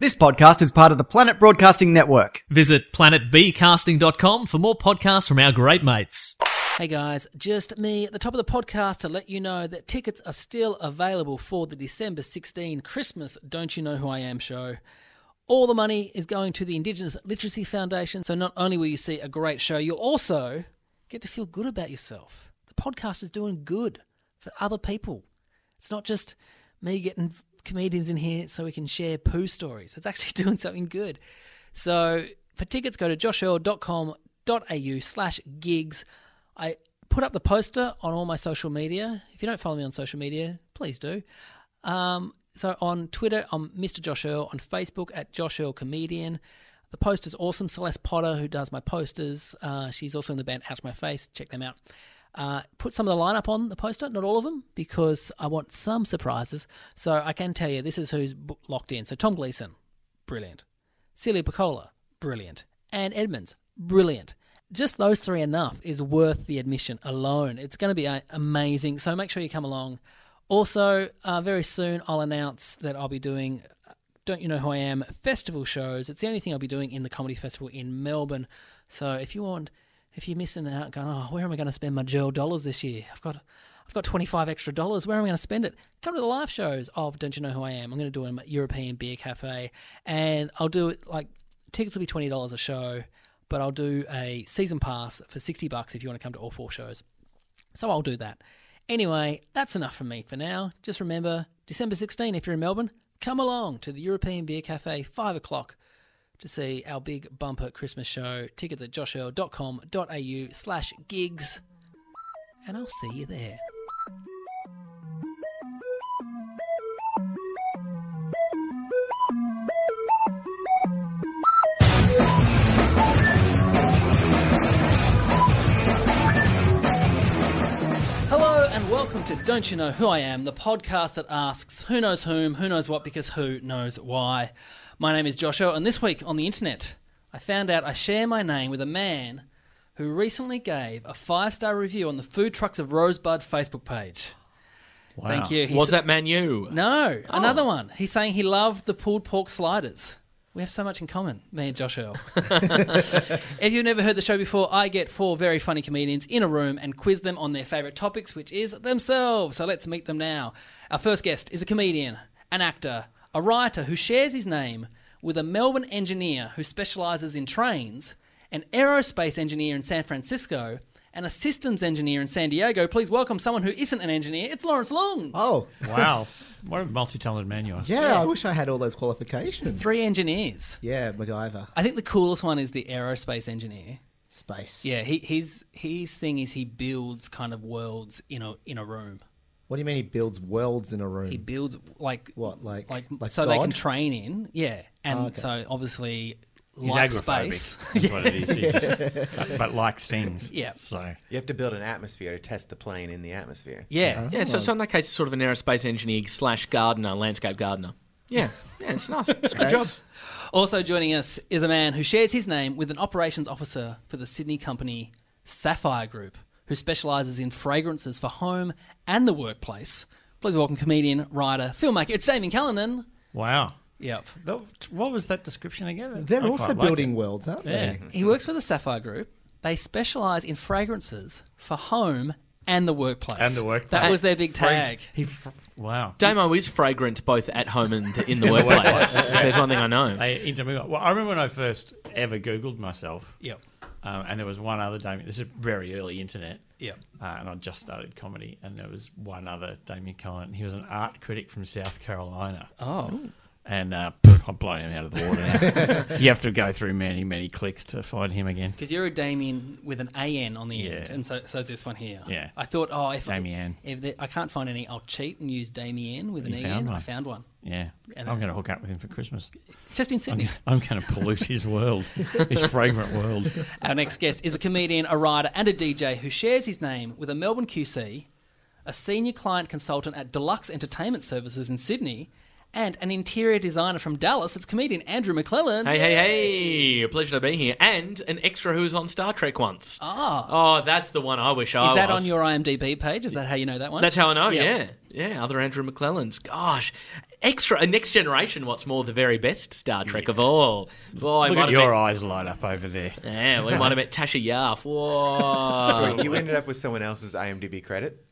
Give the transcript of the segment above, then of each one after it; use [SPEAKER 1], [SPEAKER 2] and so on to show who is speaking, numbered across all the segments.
[SPEAKER 1] This podcast is part of the Planet Broadcasting Network.
[SPEAKER 2] Visit planetbcasting.com for more podcasts from our great mates.
[SPEAKER 3] Hey guys, just me at the top of the podcast to let you know that tickets are still available for the December 16 Christmas Don't You Know Who I Am show. All the money is going to the Indigenous Literacy Foundation, so not only will you see a great show, you'll also get to feel good about yourself. The podcast is doing good for other people. It's not just me getting comedians in here so we can share poo stories. It's actually doing something good. So for tickets, go to joshua.com.au slash gigs. I put up the poster on all my social media. If you don't follow me on social media, please do. Um, so on Twitter, I'm Mr. Josh Earl. On Facebook, at Josh Earl Comedian. The poster's awesome. Celeste Potter, who does my posters, uh, she's also in the band Out of My Face. Check them out. Uh, put some of the lineup on the poster, not all of them, because I want some surprises. So I can tell you this is who's bo- locked in. So Tom Gleason, brilliant. Celia Piccola, brilliant. Anne Edmonds, brilliant. Just those three enough is worth the admission alone. It's going to be uh, amazing. So make sure you come along. Also, uh, very soon I'll announce that I'll be doing uh, Don't You Know Who I Am festival shows. It's the only thing I'll be doing in the comedy festival in Melbourne. So if you want, if you're missing out, going, oh, where am I going to spend my Joe dollars this year? I've got, I've got 25 extra dollars. Where am I going to spend it? Come to the live shows of Don't You Know Who I Am. I'm going to do them at European Beer Cafe, and I'll do it like tickets will be twenty dollars a show, but I'll do a season pass for sixty bucks if you want to come to all four shows. So I'll do that. Anyway, that's enough from me for now. Just remember, December 16, if you're in Melbourne, come along to the European Beer Cafe, 5 o'clock, to see our big bumper Christmas show. Tickets at joshearl.com.au slash gigs. And I'll see you there. Hello and welcome to Don't You Know Who I Am, the podcast that asks who knows whom, who knows what, because who knows why. My name is Joshua, and this week on the internet, I found out I share my name with a man who recently gave a five star review on the Food Trucks of Rosebud Facebook page. Thank you. He
[SPEAKER 4] Was
[SPEAKER 3] sa-
[SPEAKER 4] that Manu?
[SPEAKER 3] No, another one. He's saying he loved the pulled pork sliders. We have so much in common, me and Josh Earl. if you've never heard the show before, I get four very funny comedians in a room and quiz them on their favourite topics, which is themselves. So let's meet them now. Our first guest is a comedian, an actor, a writer who shares his name with a Melbourne engineer who specialises in trains, an aerospace engineer in San Francisco, and a systems engineer in San Diego. Please welcome someone who isn't an engineer. It's Lawrence Long.
[SPEAKER 5] Oh,
[SPEAKER 2] Wow. What a multi talented man you are.
[SPEAKER 5] yeah, I wish I had all those qualifications.
[SPEAKER 3] Three engineers.
[SPEAKER 5] Yeah, MacGyver.
[SPEAKER 3] I think the coolest one is the aerospace engineer.
[SPEAKER 5] Space.
[SPEAKER 3] Yeah, he, his his thing is he builds kind of worlds in a in a room.
[SPEAKER 5] What do you mean he builds worlds in a room?
[SPEAKER 3] He builds like
[SPEAKER 5] What, like-
[SPEAKER 3] like,
[SPEAKER 5] like
[SPEAKER 3] so they can
[SPEAKER 5] God? Oh,
[SPEAKER 3] train in. Yeah, and so obviously like
[SPEAKER 2] agoraphobic.
[SPEAKER 3] space.
[SPEAKER 2] That's what it is. He just- but likes things.
[SPEAKER 3] Yeah.
[SPEAKER 2] So
[SPEAKER 6] You have to build an atmosphere to test the plane in the atmosphere.
[SPEAKER 3] Yeah,
[SPEAKER 4] Yeah, so, so in that case, it's sort of an aerospace engineer slash gardener, landscape gardener. Yeah, yeah, it's nice. It's a good job.
[SPEAKER 3] Also joining us is a man who shares his name with an operations officer for the Sydney company Sapphire Group, who specialises in fragrances for home and the workplace. Please welcome comedian, writer, filmmaker. It's Damien Callanan.
[SPEAKER 2] wow.
[SPEAKER 3] Yep.
[SPEAKER 2] That- What was that description again?
[SPEAKER 5] They're
[SPEAKER 2] I
[SPEAKER 5] also
[SPEAKER 2] quite like
[SPEAKER 5] building
[SPEAKER 2] it.
[SPEAKER 5] worlds, aren't
[SPEAKER 2] Yeah.
[SPEAKER 7] Mm-hmm.
[SPEAKER 5] they?
[SPEAKER 3] He works for the Sapphire Group. They specialise in fragrances for home and the workplace.
[SPEAKER 2] And the workplace.
[SPEAKER 3] That was their big tag.
[SPEAKER 2] He fr- wow.
[SPEAKER 4] Damo is fragrant both at home and in the workplace. If There's one thing I know.
[SPEAKER 2] They intermingle. Well, I remember when I first ever Googled myself,
[SPEAKER 3] Yep.
[SPEAKER 2] um, and there was one other Damien. This is very early internet.
[SPEAKER 3] Yep.
[SPEAKER 2] Uh, and I just started comedy, and there was one other Damien Cullen. He was an art critic from South Carolina.
[SPEAKER 3] Oh.
[SPEAKER 7] and uh, pff, I'm blowing him out of the water now. you have to go through many, many clicks to find him again.
[SPEAKER 3] Because you're a Damien with an AN on the end,
[SPEAKER 7] Yeah.
[SPEAKER 3] and so so is this one here.
[SPEAKER 7] Yeah.
[SPEAKER 3] I thought, oh, if
[SPEAKER 7] Damien.
[SPEAKER 3] if the, I can't find any, I'll cheat and use Damien with an
[SPEAKER 7] You
[SPEAKER 3] EN.
[SPEAKER 7] found
[SPEAKER 3] I
[SPEAKER 7] one.
[SPEAKER 3] found one.
[SPEAKER 7] Yeah,
[SPEAKER 3] And
[SPEAKER 7] I'm
[SPEAKER 3] I-
[SPEAKER 7] going to hook up with him for Christmas.
[SPEAKER 3] Just in Sydney.
[SPEAKER 7] I'm going to pollute his world, his fragrant world.
[SPEAKER 3] Our next guest is a comedian, a writer, and a DJ who shares his name with a Melbourne QC, a senior client consultant at Deluxe Entertainment Services in Sydney, and an interior designer from Dallas. It's comedian Andrew McClellan.
[SPEAKER 4] Hey, hey, hey! A pleasure to be here. And an extra who was on Star Trek once.
[SPEAKER 3] Ah,
[SPEAKER 4] Oh, that's the one I wish Oh, I
[SPEAKER 3] is that
[SPEAKER 4] was.
[SPEAKER 3] on your IMDb page? Is that how you know that one?
[SPEAKER 4] That's how I know,
[SPEAKER 3] Yeah.
[SPEAKER 4] yeah. Yeah, other Andrew McClellans. Gosh. Extra, a next generation, what's more, the very best Star Trek of all. Boy, might
[SPEAKER 7] Look at
[SPEAKER 4] have
[SPEAKER 7] your
[SPEAKER 4] met-
[SPEAKER 7] eyes light up over there.
[SPEAKER 4] Yeah, we might have met Tasha Yarf.
[SPEAKER 6] So
[SPEAKER 4] Whoa.
[SPEAKER 6] you ended up with someone else's IMDb credit.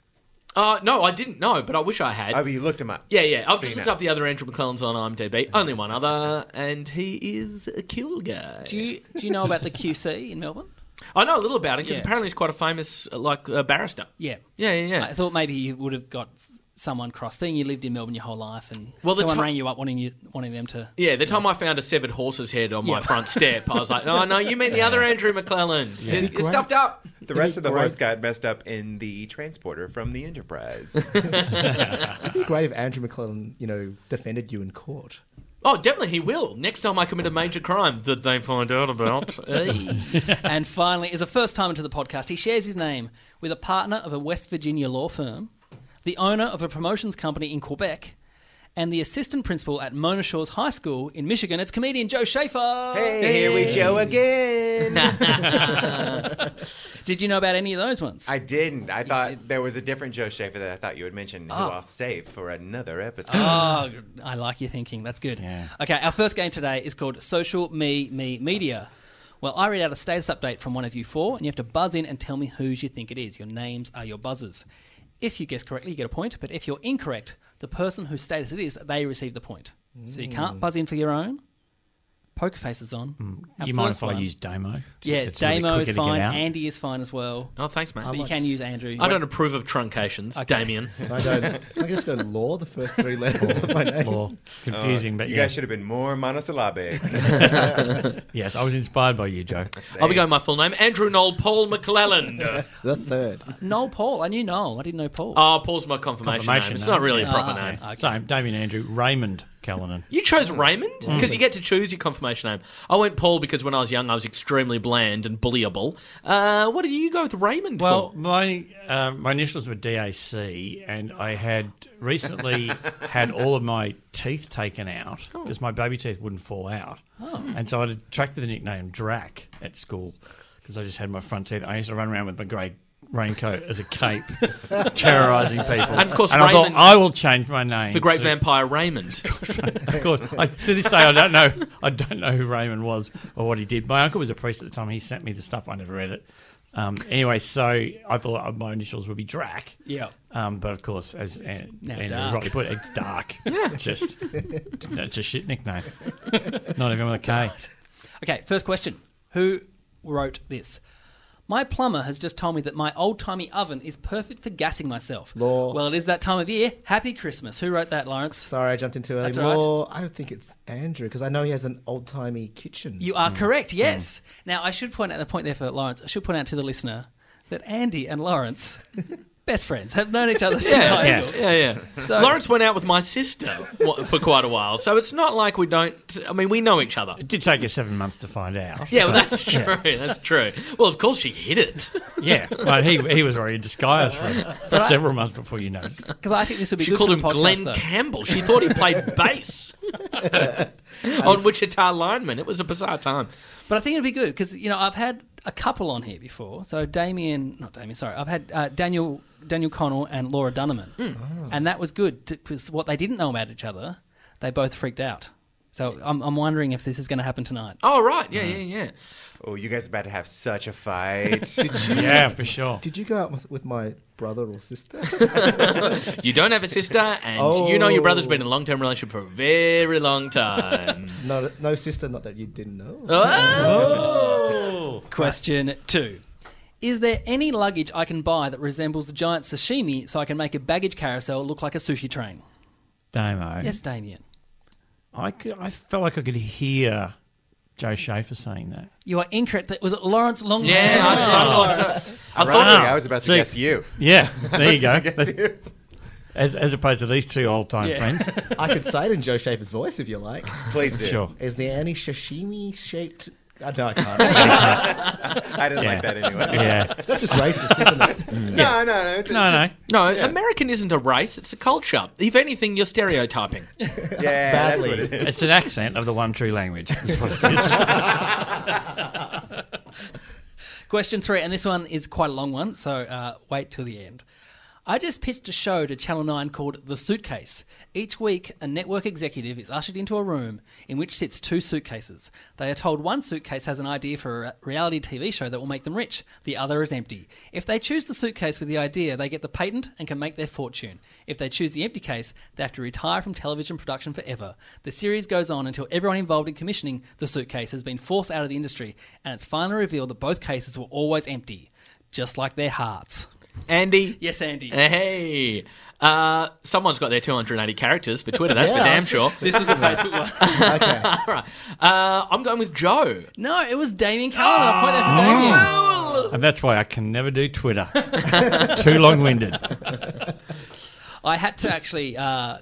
[SPEAKER 4] uh, no, I didn't know, but I wish I had.
[SPEAKER 6] Oh, but you looked him up.
[SPEAKER 4] yeah, yeah. I've just
[SPEAKER 6] you
[SPEAKER 4] looked
[SPEAKER 6] know.
[SPEAKER 4] up the other Andrew McClellans on IMDb. Only one other, and he is a cool guy.
[SPEAKER 3] Do you do you know about the QC in Melbourne?
[SPEAKER 4] I know a little about it because
[SPEAKER 3] Yeah.
[SPEAKER 4] apparently he's quite a famous, uh, like, uh, barrister.
[SPEAKER 3] Yeah.
[SPEAKER 4] Yeah, yeah, yeah.
[SPEAKER 3] I thought maybe you would have got someone cross, seeing you lived in Melbourne your whole life, and
[SPEAKER 4] Well, the
[SPEAKER 3] someone
[SPEAKER 4] ti-
[SPEAKER 3] rang you up wanting you wanting them to.
[SPEAKER 4] Yeah, the time I found a severed horse's head on my
[SPEAKER 3] Yeah.
[SPEAKER 4] front step, I was like, "Oh no, you mean the other Andrew McClellan? It's
[SPEAKER 5] Great.
[SPEAKER 4] stuffed up."
[SPEAKER 6] The rest of the
[SPEAKER 5] Great.
[SPEAKER 6] horse got messed up in the transporter from the Enterprise.
[SPEAKER 5] It'd be great if Andrew McClellan, you know, defended you in court.
[SPEAKER 4] Oh, definitely he will. Next time I commit a major crime that they find out about. Hey.
[SPEAKER 3] and finally, is a first time into the podcast. He shares his name with a partner of a West Virginia law firm, the owner of a promotions company in Quebec, and the assistant principal at Mona Shores High School in Michigan. It's comedian Joe Schaefer.
[SPEAKER 6] hey, here we Joe again.
[SPEAKER 3] Did you know about any of those ones?
[SPEAKER 6] I didn't. I thought there was a different Joe Schaefer that I thought you would mention, who I'll save for another episode.
[SPEAKER 3] Oh, I like your thinking. That's good. Okay, our first game today is called Social Me Me Media. Well, I read out a status update from one of you four, and you have to buzz in and tell me whose you think it is. Your names are your buzzers. If you guess correctly, you get a point, but if you're incorrect, the person whose status it is, they receive the point. So you
[SPEAKER 7] Mm.
[SPEAKER 3] can't buzz in for your own. Poker faces on. Our
[SPEAKER 7] You mind
[SPEAKER 3] first
[SPEAKER 7] if I
[SPEAKER 3] one-
[SPEAKER 7] use Damo? Just-
[SPEAKER 3] Yeah,
[SPEAKER 7] it's really
[SPEAKER 3] Damo
[SPEAKER 7] quicker
[SPEAKER 3] is
[SPEAKER 7] to get
[SPEAKER 3] fine.
[SPEAKER 7] out.
[SPEAKER 3] Andy is fine as well.
[SPEAKER 4] oh, thanks, mate.
[SPEAKER 3] But you can use Andrew.
[SPEAKER 4] I don't approve of truncations, Damien.
[SPEAKER 5] Can I go? Can I just go law? The first three letters of my name.
[SPEAKER 7] Or confusing, but
[SPEAKER 6] you
[SPEAKER 7] yeah.
[SPEAKER 6] guys should have been more monosyllabic.
[SPEAKER 7] Yes, I was inspired by you, Joe.
[SPEAKER 4] I'll be going my full name, Andrew Noel Paul McClellan.
[SPEAKER 5] The third.
[SPEAKER 3] Noel Paul. I knew Noel. I didn't know Paul.
[SPEAKER 4] oh, Paul's my confirmation,
[SPEAKER 7] Confirmation
[SPEAKER 4] name. It's
[SPEAKER 7] name.
[SPEAKER 4] not really a
[SPEAKER 7] Yeah.
[SPEAKER 4] proper
[SPEAKER 3] Ah,
[SPEAKER 4] name.
[SPEAKER 3] okay.
[SPEAKER 7] eh? Same, Damien Andrew, Raymond Callanan.
[SPEAKER 4] You chose Raymond because you get to choose your confirmation name. I went Paul because when I was young, I was extremely bland and bullyable. Uh, what did you go with Raymond
[SPEAKER 7] Well,
[SPEAKER 4] for?
[SPEAKER 7] my uh, my initials were DAC, and I had recently had all of my teeth taken out because my baby teeth wouldn't fall out,
[SPEAKER 4] Oh.
[SPEAKER 7] and so I attracted the nickname Drac at school because I just had my front teeth. I used to run around with my grey raincoat as a cape, terrorising people.
[SPEAKER 4] And of course,
[SPEAKER 7] and I thought
[SPEAKER 4] Raymond-
[SPEAKER 7] I will change my name.
[SPEAKER 4] The Great
[SPEAKER 7] to-
[SPEAKER 4] Vampire Raymond.
[SPEAKER 7] of course. I, to this day, I don't know. I don't know who Raymond was or what he did. My uncle was a priest at the time. He sent me the stuff. I never read it. Um, anyway, so I thought uh, my initials would be Drac.
[SPEAKER 3] Yeah.
[SPEAKER 7] Um, but of course, as An-
[SPEAKER 3] now
[SPEAKER 7] Andrew
[SPEAKER 3] dark.
[SPEAKER 7] rightly put, it's dark. Just it's a shit nickname. Not even with a K.
[SPEAKER 3] Okay, first question. Who wrote this? My plumber has just told me that my old timey oven is perfect for gassing myself.
[SPEAKER 5] Law.
[SPEAKER 3] Well, it is that time of year. Happy Christmas. Who wrote that, Lawrence?
[SPEAKER 5] Sorry, I jumped in too early.
[SPEAKER 3] That's all right.
[SPEAKER 5] Law. I think it's Andrew because I know he has an old timey kitchen.
[SPEAKER 3] You
[SPEAKER 4] mm,
[SPEAKER 3] are correct, yes. Now, I should point out the point there for Lawrence. I should point out to the listener that Andy and Lawrence, best friends, have known each other since high
[SPEAKER 7] yeah.
[SPEAKER 3] school.
[SPEAKER 4] Yeah, yeah.
[SPEAKER 3] So-
[SPEAKER 4] Lawrence went out with my sister wa- for quite a while, so it's not like we don't. I mean, we know each other.
[SPEAKER 7] It did take us seven months to find out.
[SPEAKER 4] Yeah, well, that's true. That's true. Well, of course she hid it.
[SPEAKER 7] yeah. Well, he he was already in disguise for, for several months before you noticed.
[SPEAKER 3] Because I think this would be
[SPEAKER 4] She
[SPEAKER 3] good
[SPEAKER 4] called
[SPEAKER 3] for
[SPEAKER 4] him
[SPEAKER 3] the podcast,
[SPEAKER 4] Glenn
[SPEAKER 3] though.
[SPEAKER 4] Campbell. She thought he played bass on Wichita Lineman. It was a bizarre time.
[SPEAKER 3] But I think it'd be good because you know I've had a couple on here before. So Damien, not Damien, sorry, I've had uh, Daniel Daniel Connell and Laura Dunneman, and that was good because what they didn't know about each other, they both freaked out. So I'm, I'm wondering if this is going to happen tonight.
[SPEAKER 4] Oh, right. Yeah, yeah, yeah.
[SPEAKER 6] oh, you guys are about to have such a fight.
[SPEAKER 7] Yeah, for sure.
[SPEAKER 5] Did you go out with, with my brother or sister?
[SPEAKER 4] You don't have a sister, and you know your brother's been in a long term relationship for a very long time.
[SPEAKER 5] no, no sister. Not that you didn't know.
[SPEAKER 4] oh!
[SPEAKER 3] Question two: Is there any luggage I can buy that resembles giant
[SPEAKER 7] Hmm.
[SPEAKER 3] sashimi so I can make a baggage carousel look like a sushi train?
[SPEAKER 7] Damo.
[SPEAKER 3] Yes, Damien.
[SPEAKER 7] I, could, I felt like I could hear Joe Schaefer saying that.
[SPEAKER 3] You are incorrect. That- Was it Lawrence Longman?
[SPEAKER 4] Yeah, I, I thought so. I thought
[SPEAKER 7] Wow.
[SPEAKER 4] it
[SPEAKER 6] I was about to
[SPEAKER 7] See-
[SPEAKER 6] guess you.
[SPEAKER 7] Yeah, there you go.
[SPEAKER 6] Guess you.
[SPEAKER 7] As, as opposed to these two old time friends.
[SPEAKER 5] I could say it in Joe Schaefer's voice if you like.
[SPEAKER 6] Please do.
[SPEAKER 7] Sure.
[SPEAKER 5] Is there any sashimi shaped? Oh, no, I can't.
[SPEAKER 6] I didn't
[SPEAKER 7] Yeah.
[SPEAKER 6] like that anyway.
[SPEAKER 7] Yeah.
[SPEAKER 5] That's just racist, isn't it?
[SPEAKER 6] No, no, no. It's,
[SPEAKER 7] No, no.
[SPEAKER 4] No, American isn't a race, it's a culture. If anything, you're stereotyping.
[SPEAKER 6] no. Yeah, that's what it is.
[SPEAKER 7] It's an accent of the one true language. That's what it is.
[SPEAKER 3] Question three, and this one is quite a long one, so uh, wait till the end. I just pitched a show to Channel 9 called The Suitcase. Each week, a network executive is ushered into a room in which sits two suitcases. They are told one suitcase has an idea for a reality TV show that will make them rich, the other is empty. If they choose the suitcase with the idea, they get the patent and can make their fortune. If they choose the empty case, they have to retire from television production forever. The series goes on until everyone involved in commissioning the suitcase has been forced out of the industry, and it's finally revealed that both cases were always empty, just like their hearts.
[SPEAKER 4] Andy?
[SPEAKER 3] Yes, Andy.
[SPEAKER 4] Hey. Uh, someone's got their 280 characters for Twitter, that's for
[SPEAKER 5] Yeah.
[SPEAKER 4] damn sure.
[SPEAKER 3] This is a Facebook one.
[SPEAKER 4] All right. Uh, I'm going with Joe.
[SPEAKER 3] No, it was Damien Cowan. I point that for Damien.
[SPEAKER 7] and that's why I can never do Twitter. Too long winded.
[SPEAKER 3] I had to actually, uh,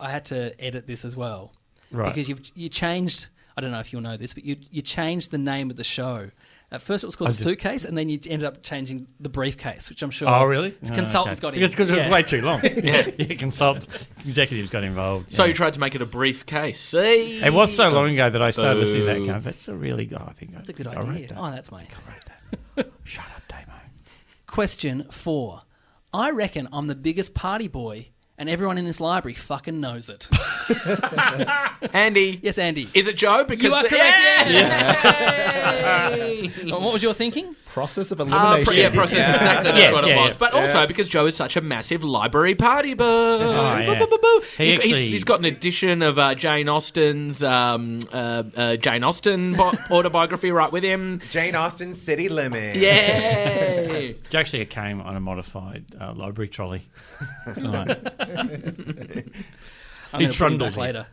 [SPEAKER 3] I had to edit this as well
[SPEAKER 7] Right.
[SPEAKER 3] because you you changed. I don't know if you'll know this, but you you changed the name of the show. At first, it was called the Suitcase, and then you ended up changing the Briefcase, which I'm sure.
[SPEAKER 7] Oh, really?
[SPEAKER 3] It's consultants got in.
[SPEAKER 7] It's because it was
[SPEAKER 3] Yeah.
[SPEAKER 7] way too long. yeah. yeah, consultants, executives got involved.
[SPEAKER 4] So
[SPEAKER 7] yeah.
[SPEAKER 4] you tried to make it a briefcase. See?
[SPEAKER 7] It was so long ago that I started
[SPEAKER 4] Boo.
[SPEAKER 7] listening to that going, that's a really good, I think
[SPEAKER 3] That's a good
[SPEAKER 7] I wrote
[SPEAKER 3] idea.
[SPEAKER 7] that.
[SPEAKER 3] Oh, that's mine.
[SPEAKER 7] Shut up, Damo.
[SPEAKER 3] Question four. I reckon I'm the biggest party boy, and everyone in this library fucking knows it.
[SPEAKER 4] Andy?
[SPEAKER 3] yes, Andy.
[SPEAKER 4] Is it Joe? Because
[SPEAKER 3] you are
[SPEAKER 4] the-
[SPEAKER 3] correct. Yeah.
[SPEAKER 4] Yay!
[SPEAKER 3] And what was your thinking?
[SPEAKER 5] Process
[SPEAKER 7] Um,
[SPEAKER 5] of
[SPEAKER 4] Uh, pro-
[SPEAKER 5] elimination.
[SPEAKER 4] yeah, process exactly. That's
[SPEAKER 7] Yeah,
[SPEAKER 4] what it
[SPEAKER 7] yeah,
[SPEAKER 4] was.
[SPEAKER 7] yeah.
[SPEAKER 4] But also because Joe is such a massive library party boo. Oh,
[SPEAKER 7] yeah. He actually-
[SPEAKER 4] has got an edition of uh, Jane Austen's um, uh, uh, Jane Austen bo- autobiography right with him.
[SPEAKER 6] Jane Austen City Limit.
[SPEAKER 4] Yay!
[SPEAKER 7] Actually, it came on a modified uh, library trolley tonight.
[SPEAKER 3] I'm going to bring
[SPEAKER 7] trundled
[SPEAKER 3] back
[SPEAKER 7] it.
[SPEAKER 3] later.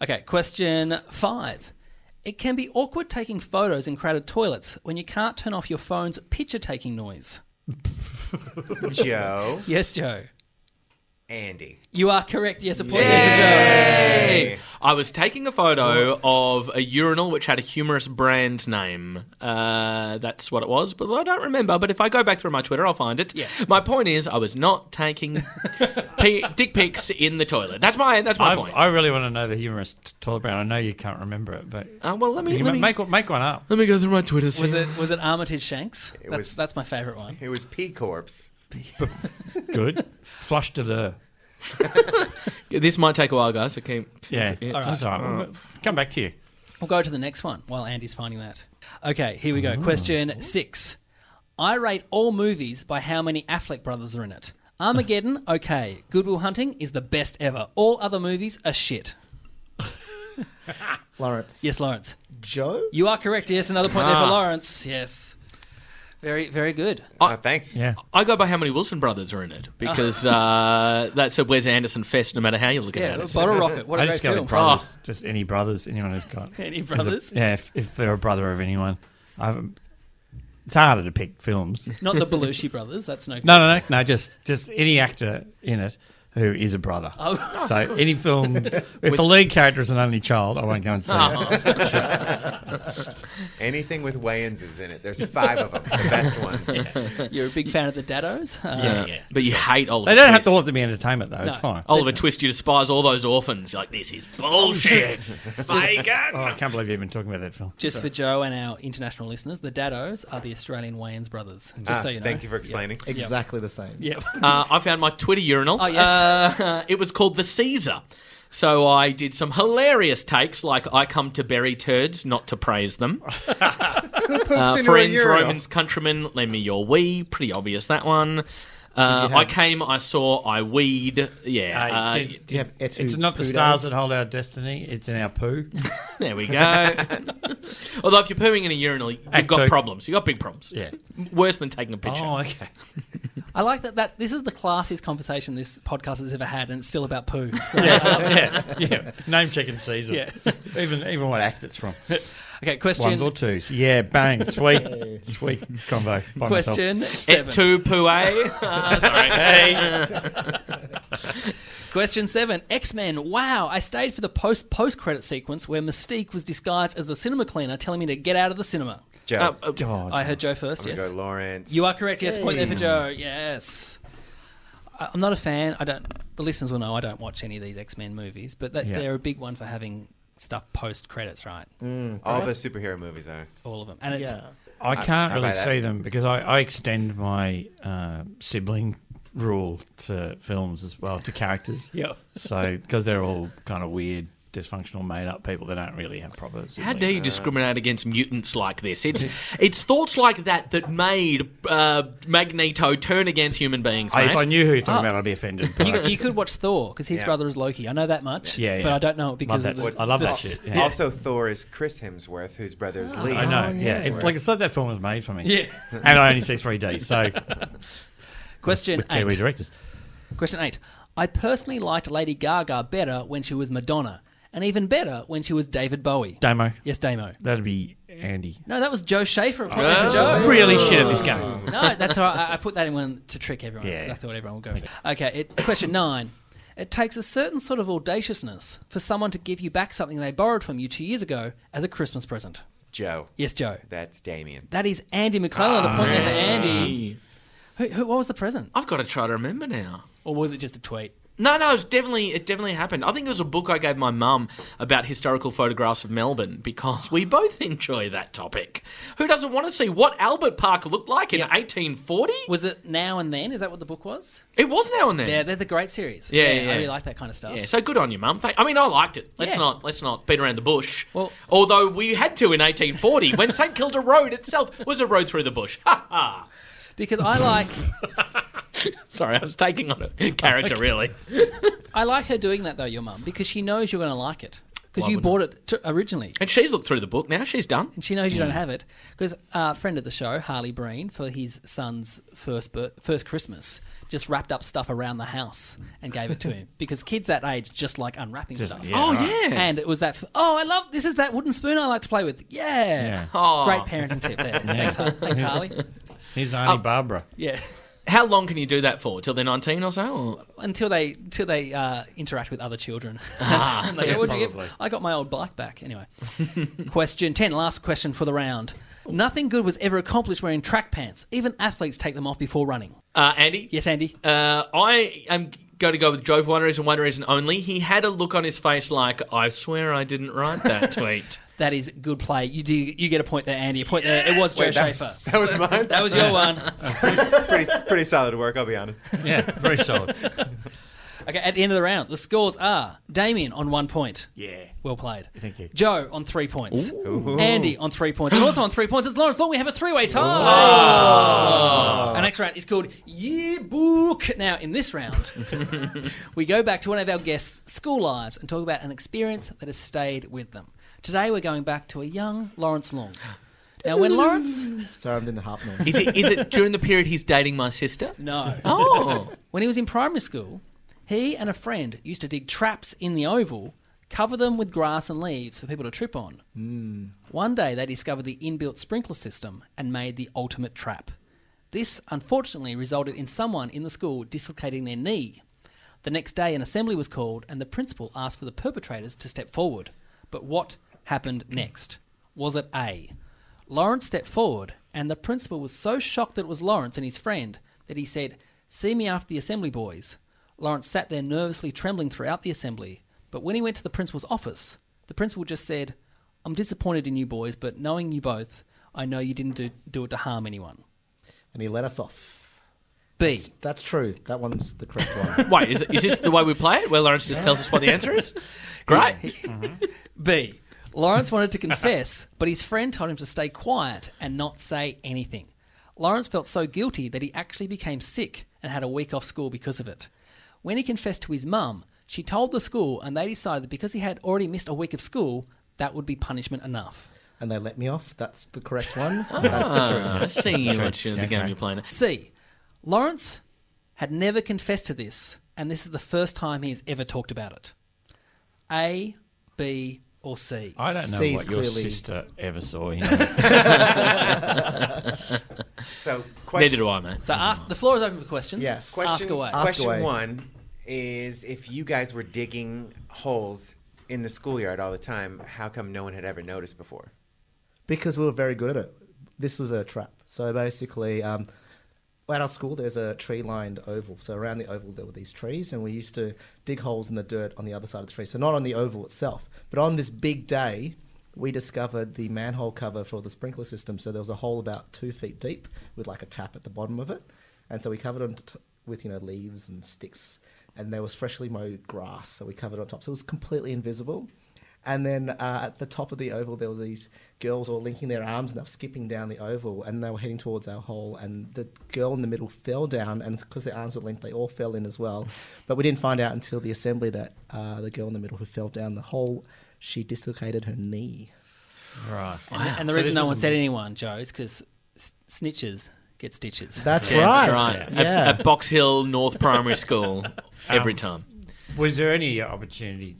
[SPEAKER 3] Okay, question five. It can be awkward taking photos in crowded toilets when you can't turn off your phone's picture taking noise.
[SPEAKER 6] Joe.
[SPEAKER 3] Yes, Joe.
[SPEAKER 6] Andy.
[SPEAKER 3] You are correct. Yes, a point there
[SPEAKER 4] I was taking a photo of a urinal which had a humorous brand name. Uh, that's what it was, but I don't remember. But if I go back through my Twitter, I'll find it.
[SPEAKER 3] Yeah.
[SPEAKER 4] My point is, I was not taking p- dick pics in the toilet. That's my that's my
[SPEAKER 7] I,
[SPEAKER 4] point.
[SPEAKER 7] I really want to know the humorous t- toilet brown. I know you can't remember it, but
[SPEAKER 4] Uh, well, let me,
[SPEAKER 7] you
[SPEAKER 4] let
[SPEAKER 7] ma-
[SPEAKER 4] me
[SPEAKER 7] make, one- make one up.
[SPEAKER 4] let me go through my Twitter.
[SPEAKER 3] for Joe. Was it was it Armitage Shanks? That's
[SPEAKER 6] was-
[SPEAKER 3] that's my favourite one.
[SPEAKER 6] It was P Corpse.
[SPEAKER 7] Good. uh, Flush to the.
[SPEAKER 4] This might take a while, guys. So keep.
[SPEAKER 7] Yeah, that's all right. We'll Come back to you.
[SPEAKER 3] We'll go to the next one while Andy's finding that. Okay, here we go. Question six. I rate all movies by how many Affleck brothers are in it. Armageddon, okay. Goodwill Hunting is the best ever. All other movies are shit.
[SPEAKER 5] Lawrence.
[SPEAKER 3] Yes, Lawrence.
[SPEAKER 5] Joe? Ah.
[SPEAKER 3] You are correct. Yes, another point there for Lawrence. Yes. Very, very good.
[SPEAKER 6] Oh, thanks.
[SPEAKER 7] Yeah.
[SPEAKER 4] I go by how many Wilson brothers are in it because uh, that's a Wes Anderson fest, no matter how you're looking
[SPEAKER 3] Yeah,
[SPEAKER 4] at it.
[SPEAKER 3] Bottle Rocket. What a
[SPEAKER 7] I
[SPEAKER 3] great
[SPEAKER 7] just go
[SPEAKER 3] film.
[SPEAKER 7] with brothers. Just any brothers anyone has got.
[SPEAKER 3] Any
[SPEAKER 7] As a-
[SPEAKER 3] brothers?
[SPEAKER 7] yeah, if, if they're a brother of anyone. I've, it's harder to pick films.
[SPEAKER 3] Ah, Not the Belushi brothers. That's no good.
[SPEAKER 7] No, no, no, no. Just just any actor in it who is a brother.
[SPEAKER 3] Oh.
[SPEAKER 7] So any film, if the lead character is an only child, I won't go and see
[SPEAKER 4] Ah.
[SPEAKER 7] it.
[SPEAKER 4] Uh-huh.
[SPEAKER 6] Anything with Wayans is in it. There's five of them. The best ones.
[SPEAKER 3] You're a big fan of the Daddos. Uh,
[SPEAKER 4] Yeah. But you hate Oliver.
[SPEAKER 7] They don't have to
[SPEAKER 4] Twist.
[SPEAKER 7] all have to be entertainment though. It's
[SPEAKER 3] No.
[SPEAKER 7] fine. Oh,
[SPEAKER 4] Oliver Twist, you despise all those orphans. You're Like, this is bullshit. Fagin.
[SPEAKER 7] Oh, I can't believe you've been talking about that film.
[SPEAKER 3] Just for Joe and our international listeners, the Daddos are the Australian Wayans brothers. Just
[SPEAKER 6] Ah,
[SPEAKER 3] so you know.
[SPEAKER 6] Thank you for explaining.
[SPEAKER 5] Um, Exactly the same.
[SPEAKER 3] Yeah.
[SPEAKER 4] Uh, I found my Twitter urinal.
[SPEAKER 3] Oh, yes.
[SPEAKER 4] Uh, it was called The Caesar. So I did some hilarious takes, like I come to bury turds, not to praise them.
[SPEAKER 6] Who poops
[SPEAKER 4] Uh,
[SPEAKER 6] into a
[SPEAKER 4] friends,
[SPEAKER 6] urinal?
[SPEAKER 4] Romans, countrymen, lend me your wee. Pretty obvious that one. Uh,
[SPEAKER 5] have-
[SPEAKER 4] I came, I saw, I weed. Yeah,
[SPEAKER 7] Hey,
[SPEAKER 4] uh,
[SPEAKER 7] Ah, see,
[SPEAKER 5] you have Etu
[SPEAKER 7] it's not the
[SPEAKER 5] Pudo?
[SPEAKER 7] stars that hold our destiny; it's in our poo.
[SPEAKER 4] there we go. Although if you're pooing in a urinal, you've
[SPEAKER 7] Act
[SPEAKER 4] got
[SPEAKER 7] two.
[SPEAKER 4] problems. You've got big problems.
[SPEAKER 7] Yeah.
[SPEAKER 4] worse than taking a picture.
[SPEAKER 7] oh, okay.
[SPEAKER 3] I like that. That this is the classiest conversation this podcast has ever had, and it's still about poo. It's great.
[SPEAKER 7] yeah, yeah. Name checking season.
[SPEAKER 3] Yeah.
[SPEAKER 7] even even what act it's from.
[SPEAKER 3] Okay, question.
[SPEAKER 7] Ones or twos. Yeah, bang, sweet, sweet combo. By myself.
[SPEAKER 3] Question
[SPEAKER 4] Et
[SPEAKER 3] seven.
[SPEAKER 4] tu poo eh? Uh, sorry.
[SPEAKER 3] Question seven. X Men. Wow. I stayed for the post post credit sequence where Mystique was disguised as a cinema cleaner, telling me to get out of the cinema.
[SPEAKER 6] Joe,
[SPEAKER 4] Uh, uh,
[SPEAKER 3] I heard Joe first.
[SPEAKER 6] we
[SPEAKER 3] Yes.
[SPEAKER 6] go Lawrence.
[SPEAKER 3] You are correct. Yes, point there for Joe. Yes. I- I'm not a fan. I don't. The listeners will know I don't watch any of these X Men movies, but that,
[SPEAKER 7] Yeah.
[SPEAKER 3] they're a big one for having stuff post credits, right?
[SPEAKER 6] all the superhero movies though.
[SPEAKER 3] All of them, and it's
[SPEAKER 5] Yeah.
[SPEAKER 7] I can't
[SPEAKER 6] Uh, how
[SPEAKER 7] really
[SPEAKER 6] about that?
[SPEAKER 7] see them because I, I extend my uh, sibling rule to films as well to characters.
[SPEAKER 3] Yeah.
[SPEAKER 7] So because they're all kind of weird, dysfunctional, made-up people, they don't really have proper.
[SPEAKER 4] How
[SPEAKER 7] siblings.
[SPEAKER 4] dare you discriminate against mutants like this? It's it's thoughts like that that made uh, Magneto turn against human beings.
[SPEAKER 7] I,
[SPEAKER 4] Mate.
[SPEAKER 7] if I knew who you're talking about, I'd be offended. but
[SPEAKER 3] Ah. you,
[SPEAKER 7] I-
[SPEAKER 3] you could watch Thor because his
[SPEAKER 6] Yeah.
[SPEAKER 3] brother is Loki. I know that much.
[SPEAKER 7] Yeah, yeah.
[SPEAKER 3] But I don't know it because
[SPEAKER 7] Love
[SPEAKER 3] of
[SPEAKER 7] that.
[SPEAKER 3] the,
[SPEAKER 7] I love
[SPEAKER 3] the- Oh,
[SPEAKER 7] that shit. Yeah.
[SPEAKER 6] Also, Thor is Chris Hemsworth, whose brother is Lee.
[SPEAKER 7] I
[SPEAKER 5] Oh,
[SPEAKER 7] know. yeah. It's like it's like that film was made for me. Yeah. and I only see 3D, so
[SPEAKER 3] Question
[SPEAKER 7] with Kiwi
[SPEAKER 3] eight.
[SPEAKER 7] directors.
[SPEAKER 3] Question eight. I personally liked Lady Gaga better when she was Madonna, and even better when she was David Bowie.
[SPEAKER 7] Damo.
[SPEAKER 3] yes, Damo.
[SPEAKER 7] That'd be Andy.
[SPEAKER 3] No, that was Joe
[SPEAKER 7] Oh.
[SPEAKER 3] Schaefer. Point there for Joe.
[SPEAKER 7] Really shit at this game.
[SPEAKER 3] No, that's all right. I, I put that in one to trick everyone. 'cause
[SPEAKER 7] Yeah.
[SPEAKER 3] I thought everyone would go. For it. Okay, it, question nine. It takes a certain sort of audaciousness for someone to give you back something they borrowed from you two years ago as a Christmas present.
[SPEAKER 6] Joe.
[SPEAKER 3] Yes, Joe.
[SPEAKER 6] That's Damien.
[SPEAKER 3] That is Andy McClellan.
[SPEAKER 4] Ah,
[SPEAKER 3] the point there for Andy. Who, who, what was the present?
[SPEAKER 4] I've got to try to remember now.
[SPEAKER 3] Or was it just a tweet?
[SPEAKER 4] No, no, it's definitely it definitely happened. I think it was a book I gave my mum about historical photographs of Melbourne because we both enjoy that topic. Who doesn't want to see what Albert Park looked like in
[SPEAKER 3] Yeah.
[SPEAKER 4] 1840?
[SPEAKER 3] Was it Now and Then? Is that what the book was?
[SPEAKER 4] It was now and then.
[SPEAKER 3] Yeah, they're the great series.
[SPEAKER 4] Yeah, yeah,
[SPEAKER 3] I
[SPEAKER 4] yeah.
[SPEAKER 3] really like that kind of stuff.
[SPEAKER 4] Yeah, so good on you, Mum. Thank- I mean, I liked it. Let's
[SPEAKER 3] Yeah.
[SPEAKER 4] not let's not beat around the bush.
[SPEAKER 3] Well-
[SPEAKER 4] although we had to in 1840 when St Kilda Road itself was a road through the bush. Ha ha!
[SPEAKER 3] Because I like
[SPEAKER 4] Sorry, I was taking on a character really.
[SPEAKER 3] I like her doing that though, your mum, because she knows you're going to like it because
[SPEAKER 4] Why
[SPEAKER 3] you
[SPEAKER 4] wouldn't
[SPEAKER 3] bought it to, originally.
[SPEAKER 4] And she's looked through the book now. She's done.
[SPEAKER 3] She knows you don't have it because a friend of the show, Harley Breen, for his son's first bir- first Christmas, just wrapped up stuff around the house and gave it to him because kids that age just like unwrapping stuff.
[SPEAKER 7] yeah, Oh, right.
[SPEAKER 4] yeah.
[SPEAKER 3] and it was that. F- oh, I love this is that wooden spoon I like to play with. Yeah,
[SPEAKER 4] Aw.
[SPEAKER 3] great parenting tip there. Thanks, Har- thanks, Harley.
[SPEAKER 7] Here's Auntie Barbara.
[SPEAKER 3] Yeah,
[SPEAKER 4] How long can you do that for? Till they're 19 or so? Or-
[SPEAKER 3] until they until they uh, interact with other children. And they go, "What'd you give?"
[SPEAKER 7] probably.
[SPEAKER 3] I got my old bike back anyway. question ten, last question for the round. Nothing good was ever accomplished wearing track pants. Even athletes take them off before running.
[SPEAKER 4] Uh, Andy?
[SPEAKER 3] Yes, Andy.
[SPEAKER 4] Uh, I am going to go with Joe for one reason, one reason only. He had a look on his face like, I swear I didn't write that tweet.
[SPEAKER 3] That is good play. You did. You get a point there, Andy. A point there. It was Joe Schaefer.
[SPEAKER 6] That was mine.
[SPEAKER 3] That was your one.
[SPEAKER 6] pretty, pretty solid work, I'll be honest.
[SPEAKER 7] Yeah, very solid.
[SPEAKER 3] Okay. At the end of the round, the scores are Damien on one point.
[SPEAKER 7] Yeah.
[SPEAKER 3] Well played.
[SPEAKER 7] Thank you.
[SPEAKER 3] Joe on three points. Andy on three points. And also on three points, it's Lawrence Long. We have a three way tie. Our next round is called Yearbook. Now, in this round, we go back to one of our guests' school lives and talk about an experience that has stayed with them. Today, we're going back to a young Lawrence Long. Now, when Lawrence.
[SPEAKER 5] Sorry, I'm doing the harp now.
[SPEAKER 4] Is it, is it during the period he's dating my sister?
[SPEAKER 3] No.
[SPEAKER 4] Oh.
[SPEAKER 3] When he was in primary school, he and a friend used to dig traps in the oval, cover them with grass and leaves for people to trip on. One day they discovered the inbuilt sprinkler system and made the ultimate trap. This unfortunately resulted in someone in the school dislocating their knee. The next day an assembly was called and the principal asked for the perpetrators to step forward. But what happened next? Was it A? Lawrence stepped forward, and the principal was so shocked that it was Lawrence and his friend that he said, See me after the assembly, boys. Lawrence sat there nervously trembling throughout the assembly, but when he went to the principal's office, the principal just said, I'm disappointed in you boys, but knowing you both, I know you didn't do, do it to harm anyone.
[SPEAKER 5] And he let us off.
[SPEAKER 3] B.
[SPEAKER 5] That's true. That one's the correct one.
[SPEAKER 4] Wait, is, it, is this the way we play it, where Lawrence just tells us what the answer is? Great.
[SPEAKER 3] B. Lawrence wanted to confess, but his friend told him to stay quiet and not say anything. Lawrence felt so guilty that he actually became sick and had a week off school because of it. When he confessed to his mum, she told the school, and they decided that because he had already missed a week of school, that would be punishment enough.
[SPEAKER 5] And they let me off. That's the correct one. That's the truth.
[SPEAKER 4] Ah, I see you much in the game you're playing.
[SPEAKER 3] C. Lawrence had never confessed to this, and this is the first time he has ever talked about it. A, B, or C.
[SPEAKER 7] I don't know
[SPEAKER 5] Sees
[SPEAKER 7] what your
[SPEAKER 5] clearly.
[SPEAKER 7] sister ever saw him.
[SPEAKER 6] So, question,
[SPEAKER 4] Neither do I, mate.
[SPEAKER 3] So ask. The floor is open for questions.
[SPEAKER 5] Yes.
[SPEAKER 6] Question,
[SPEAKER 3] ask away.
[SPEAKER 5] Ask
[SPEAKER 6] question
[SPEAKER 5] away.
[SPEAKER 6] one is if you guys were digging holes in the schoolyard all the time, how come no one had ever noticed before?
[SPEAKER 5] because we were very good at it. This was a trap. So basically, um, at our school, there's a tree-lined oval. So around the oval, there were these trees, and we used to dig holes in the dirt on the other side of the tree. So not on the oval itself, but on this big day, we discovered the manhole cover for the sprinkler system. So there was a hole about two feet deep with like a tap at the bottom of it, and so we covered it t- with you know leaves and sticks, and there was freshly mowed grass. So we covered it on top. So it was completely invisible. And then uh, at the top of the oval, there were these girls all linking their arms and they were skipping down the oval and they were heading towards our hole. And the girl in the middle fell down, and because their arms were linked, they all fell in as well. But we didn't find out until the assembly that uh, the girl in the middle who fell down the hole, she dislocated her knee.
[SPEAKER 7] right.
[SPEAKER 3] And, and the
[SPEAKER 7] So
[SPEAKER 3] reason
[SPEAKER 7] this
[SPEAKER 3] no
[SPEAKER 7] was
[SPEAKER 3] one
[SPEAKER 7] a-
[SPEAKER 3] said anyone, Joe, is because snitches get stitches.
[SPEAKER 5] That's
[SPEAKER 4] Yeah,
[SPEAKER 5] right.
[SPEAKER 4] right. At-
[SPEAKER 5] Yeah. Um,
[SPEAKER 4] At, Box Hill North Primary School, every time.
[SPEAKER 7] Was there any opportunity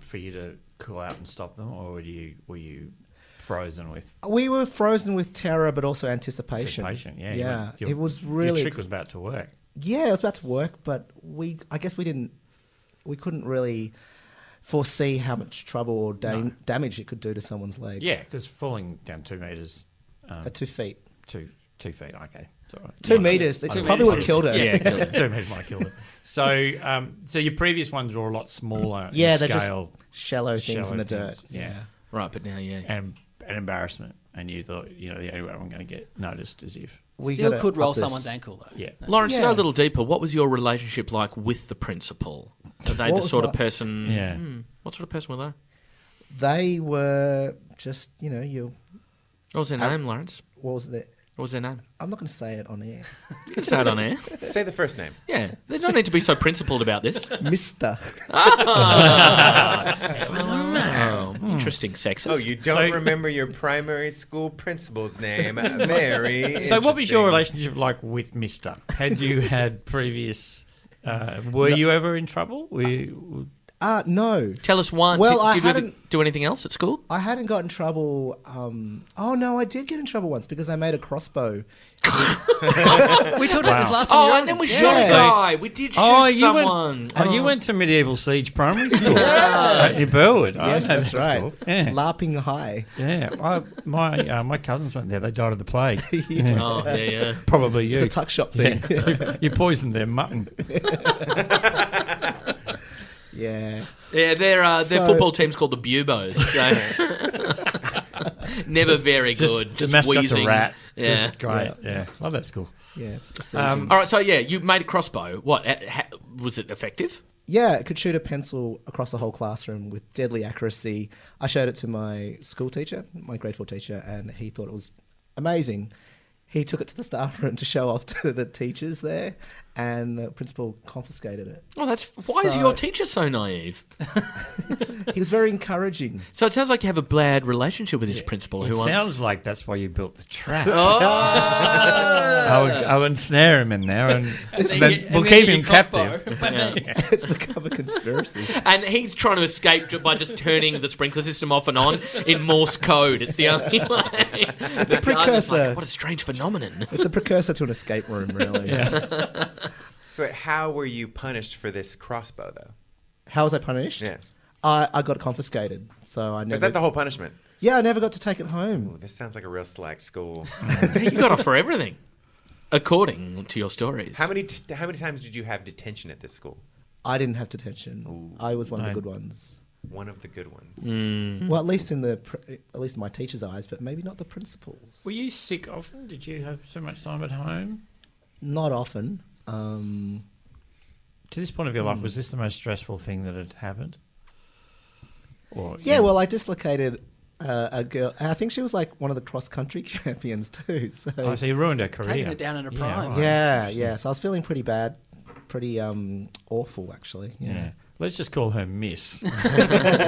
[SPEAKER 7] for you to cool out and stop them, or were you were you frozen with
[SPEAKER 5] we were frozen with terror, but also anticipation.
[SPEAKER 7] anticipation? Yeah, you
[SPEAKER 5] Yeah.
[SPEAKER 7] went- your-
[SPEAKER 5] it was
[SPEAKER 7] your
[SPEAKER 5] really.
[SPEAKER 7] trick was about to work.
[SPEAKER 5] yeah, it was about to work, but we I guess we didn't we couldn't really foresee how much trouble or dam- damage it could do to someone's leg.
[SPEAKER 7] Yeah, because falling down two meters, um,
[SPEAKER 5] Uh, two feet,
[SPEAKER 7] two two feet. Okay, it's all right.
[SPEAKER 5] two meters. It probably would have killed her.
[SPEAKER 4] Yeah,
[SPEAKER 7] Yeah, two meters might kill them. So, um, so your previous ones were a lot smaller. in
[SPEAKER 5] Yeah, they're
[SPEAKER 7] scale,
[SPEAKER 5] just shallow things
[SPEAKER 7] shallow
[SPEAKER 5] in the
[SPEAKER 7] things.
[SPEAKER 5] dirt.
[SPEAKER 7] Yeah.
[SPEAKER 4] right, but now, yeah.
[SPEAKER 7] and an embarrassment. And you thought, you know, the only way I'm going to get noticed is if,
[SPEAKER 5] We
[SPEAKER 3] Still
[SPEAKER 5] gotta
[SPEAKER 3] could roll
[SPEAKER 5] up this.
[SPEAKER 3] someone's ankle though.
[SPEAKER 7] yeah,
[SPEAKER 4] Lawrence,
[SPEAKER 5] Yeah.
[SPEAKER 4] go a little deeper. What was your relationship like with the principal? Are they
[SPEAKER 5] What
[SPEAKER 4] the
[SPEAKER 5] was
[SPEAKER 4] sort of
[SPEAKER 5] my-
[SPEAKER 4] person?
[SPEAKER 7] Yeah.
[SPEAKER 4] Hmm, what sort of person were they?
[SPEAKER 5] They were just you know you
[SPEAKER 4] What was their name, Lawrence?
[SPEAKER 5] what was it?
[SPEAKER 4] What was their name?
[SPEAKER 5] I'm not going to say it on air,
[SPEAKER 4] You can say it on air.
[SPEAKER 6] Say the first name.
[SPEAKER 4] Yeah, they don't need to be so principled about this. Ah.
[SPEAKER 5] Mister.
[SPEAKER 4] Oh, interesting sexist.
[SPEAKER 6] Oh, you don't
[SPEAKER 7] So-
[SPEAKER 6] remember your primary school principal's name. Very.
[SPEAKER 7] So, what was your
[SPEAKER 6] interesting.
[SPEAKER 7] relationship like with Mister? Had you had previous? Uh, were you ever in trouble? Were you,
[SPEAKER 5] Uh no,
[SPEAKER 4] Tell us one.
[SPEAKER 5] Well,
[SPEAKER 4] did,
[SPEAKER 5] I
[SPEAKER 4] did you ever
[SPEAKER 5] hadn't-
[SPEAKER 4] do anything else at school?
[SPEAKER 5] I hadn't got in trouble. Um, oh no, I did get in trouble once because I made a crossbow.
[SPEAKER 3] We talked about this last time. you
[SPEAKER 4] Oh,
[SPEAKER 3] were
[SPEAKER 4] and
[SPEAKER 3] on.
[SPEAKER 4] then we
[SPEAKER 3] Yeah.
[SPEAKER 4] shot a
[SPEAKER 7] So-
[SPEAKER 4] guy. We did shoot
[SPEAKER 7] oh, you
[SPEAKER 4] someone.
[SPEAKER 7] went. Oh, you went to medieval siege primary school at New Burwood. I
[SPEAKER 5] Yes,
[SPEAKER 7] know
[SPEAKER 5] that's
[SPEAKER 7] that
[SPEAKER 5] right.
[SPEAKER 7] school. Oh, Yeah,
[SPEAKER 5] Larping high.
[SPEAKER 7] yeah. I, my uh, my cousins went there. They died of the plague.
[SPEAKER 4] Oh, yeah, yeah.
[SPEAKER 7] Probably you.
[SPEAKER 5] It's a tuck shop thing.
[SPEAKER 7] Yeah. you, you poisoned their mutton.
[SPEAKER 5] yeah.
[SPEAKER 4] Yeah, their uh, their
[SPEAKER 5] So-
[SPEAKER 4] football team's called the Bubos. So. Never very
[SPEAKER 7] Just,
[SPEAKER 4] good.
[SPEAKER 7] the
[SPEAKER 4] Just
[SPEAKER 7] mascot's
[SPEAKER 4] wheezing.
[SPEAKER 7] a rat.
[SPEAKER 4] Yeah.
[SPEAKER 7] Just great. Yeah. love that school.
[SPEAKER 5] Yeah, it's precision.
[SPEAKER 7] Um,
[SPEAKER 4] All right. So yeah, you made a crossbow. What ha- ha- was it effective?
[SPEAKER 5] yeah, it could shoot a pencil across the whole classroom with deadly accuracy. I showed it to my school teacher, my grade four teacher, and he thought it was amazing. He took it to the staff room to show off to the teachers there, and the principal confiscated it.
[SPEAKER 4] Oh, that's why is
[SPEAKER 5] So-
[SPEAKER 4] your teacher so naive?
[SPEAKER 5] He was very encouraging.
[SPEAKER 4] So it sounds like you have a bad relationship with this principal.
[SPEAKER 7] it
[SPEAKER 4] who wants...
[SPEAKER 7] sounds like that's why you built the trap.
[SPEAKER 4] Oh!
[SPEAKER 7] I would, I would ensnare him in there, and,
[SPEAKER 3] And
[SPEAKER 7] then
[SPEAKER 3] you-
[SPEAKER 7] we'll
[SPEAKER 3] and then
[SPEAKER 7] keep
[SPEAKER 3] you
[SPEAKER 7] him
[SPEAKER 3] crossbow.
[SPEAKER 7] captive.
[SPEAKER 5] it's become a conspiracy.
[SPEAKER 4] and he's trying to escape ju- by just turning the sprinkler system off and on in Morse code. It's the only way. It's a
[SPEAKER 5] precursor.
[SPEAKER 4] what a strange phenomenon.
[SPEAKER 5] It's a precursor to an escape room, really.
[SPEAKER 6] So, wait, how were you punished for this crossbow, though?
[SPEAKER 5] How was I punished?
[SPEAKER 6] Yeah.
[SPEAKER 5] I, I got confiscated, so I never.
[SPEAKER 6] Is that the whole punishment?
[SPEAKER 5] yeah, I never got to take it home.
[SPEAKER 6] This sounds like a real slack school.
[SPEAKER 4] you got off for everything, according to your stories.
[SPEAKER 6] how many t- How many times did you have detention at this school?
[SPEAKER 5] I didn't have detention. I was one of the good ones.
[SPEAKER 6] One of the good ones.
[SPEAKER 7] Hmm.
[SPEAKER 5] Well, at least in the pr- at least in my teacher's eyes, but maybe not the principal's.
[SPEAKER 7] Were you sick often? Did you have so much time at home?
[SPEAKER 5] Not often. Um,
[SPEAKER 7] To this point of your life, was this the most stressful thing that had happened? Or,
[SPEAKER 5] yeah, well, I dislocated uh, a girl. and I think she was like one of the cross country champions too. So
[SPEAKER 7] Oh, so you ruined her career.
[SPEAKER 3] Taking it down in a prime.
[SPEAKER 7] right.
[SPEAKER 5] yeah, yeah. So I was feeling pretty bad, pretty um awful actually. Yeah.
[SPEAKER 7] Yeah. Let's just call her Miss.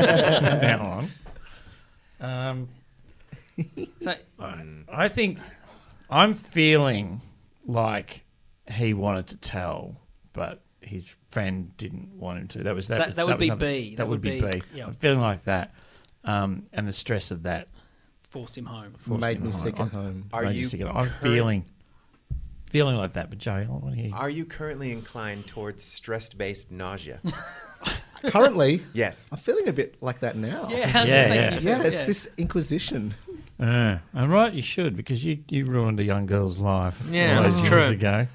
[SPEAKER 7] now on. Um,
[SPEAKER 3] So,
[SPEAKER 7] I think I'm feeling like he wanted to tell, but his friend didn't want him to. That was that.
[SPEAKER 3] That-
[SPEAKER 7] was-
[SPEAKER 3] that would
[SPEAKER 7] was
[SPEAKER 3] be
[SPEAKER 7] another-
[SPEAKER 3] B.
[SPEAKER 7] That, would be, B.
[SPEAKER 3] yeah.
[SPEAKER 7] I'm feeling like that, um, and the stress of that
[SPEAKER 3] forced him home.
[SPEAKER 7] forced
[SPEAKER 5] Made me
[SPEAKER 7] home.
[SPEAKER 5] sick at
[SPEAKER 7] I'm-
[SPEAKER 5] home.
[SPEAKER 6] Are
[SPEAKER 7] made me
[SPEAKER 6] you
[SPEAKER 7] sick at home. I'm
[SPEAKER 6] current-
[SPEAKER 7] feeling, feeling like that. But Joey, I want to hear. you.
[SPEAKER 6] Are you currently inclined towards stress-based nausea?
[SPEAKER 5] Currently,
[SPEAKER 6] yes.
[SPEAKER 5] I'm feeling a bit like that now.
[SPEAKER 3] Yeah, how's this
[SPEAKER 7] Yeah,
[SPEAKER 3] making
[SPEAKER 7] yeah.
[SPEAKER 3] you feel?
[SPEAKER 5] Yeah, it's this Inquisition.
[SPEAKER 7] Uh, I'm right. You should because you you ruined a young girl's life.
[SPEAKER 4] Yeah,
[SPEAKER 7] all those
[SPEAKER 4] that's
[SPEAKER 7] years
[SPEAKER 4] true.
[SPEAKER 7] Ago.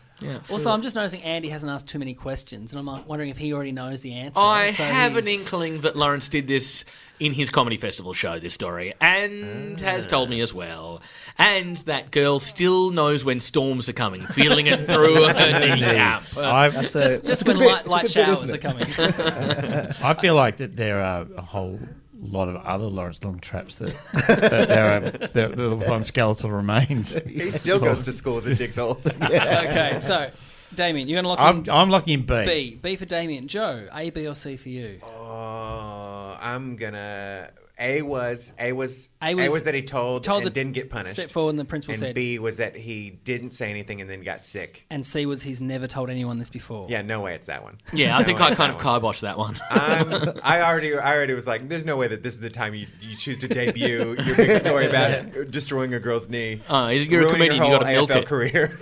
[SPEAKER 3] Also, I'm just noticing Andy hasn't asked too many questions, and I'm uh, wondering if he already knows the answer.
[SPEAKER 4] I
[SPEAKER 3] so
[SPEAKER 4] have an
[SPEAKER 3] he's-
[SPEAKER 4] inkling that Lawrence did this in his comedy festival show, this story, and has told me as well. And that girl still knows when storms are coming, feeling it through her kneecap.
[SPEAKER 7] I
[SPEAKER 5] So
[SPEAKER 3] Just,
[SPEAKER 5] it's
[SPEAKER 3] just
[SPEAKER 5] a good
[SPEAKER 3] when
[SPEAKER 5] bit-
[SPEAKER 3] light,
[SPEAKER 5] it's a
[SPEAKER 3] light
[SPEAKER 5] good bit, isn't
[SPEAKER 3] showers
[SPEAKER 5] it?
[SPEAKER 3] are coming.
[SPEAKER 7] I feel like that there are a whole lot of other Lawrence Long traps that, that there are there, there on skeletal remains.
[SPEAKER 6] He still goes to schools and digs holes.
[SPEAKER 3] okay, so Damien, you're going to lock
[SPEAKER 7] I'm
[SPEAKER 3] in
[SPEAKER 7] I'm locking in B.
[SPEAKER 3] B. B for Damien. Joe, A, B, or C for you?
[SPEAKER 6] Oh, I'm gonna. A was A was
[SPEAKER 3] A
[SPEAKER 6] A
[SPEAKER 3] was-
[SPEAKER 6] was, that he told,
[SPEAKER 3] told
[SPEAKER 6] and
[SPEAKER 3] the-
[SPEAKER 6] didn't get punished.
[SPEAKER 3] Step forward, and the principal
[SPEAKER 6] and
[SPEAKER 3] said.
[SPEAKER 6] B was that he didn't say anything and then got sick.
[SPEAKER 3] And C was he's never told anyone this before.
[SPEAKER 6] Yeah, no way, it's that one.
[SPEAKER 4] yeah, I
[SPEAKER 6] No
[SPEAKER 4] think
[SPEAKER 6] way
[SPEAKER 4] I
[SPEAKER 6] it's
[SPEAKER 4] kind
[SPEAKER 6] that
[SPEAKER 4] of
[SPEAKER 6] one.
[SPEAKER 4] kiboshed that one. Uh,
[SPEAKER 6] I'm, I already, I already was like, there's no way that this is the time you, you choose to debut your big story about destroying a girl's knee.
[SPEAKER 4] Uh, you're a
[SPEAKER 6] ruining
[SPEAKER 4] comedian, you
[SPEAKER 6] your whole
[SPEAKER 4] gotta milk
[SPEAKER 6] AFL
[SPEAKER 4] it.
[SPEAKER 6] career.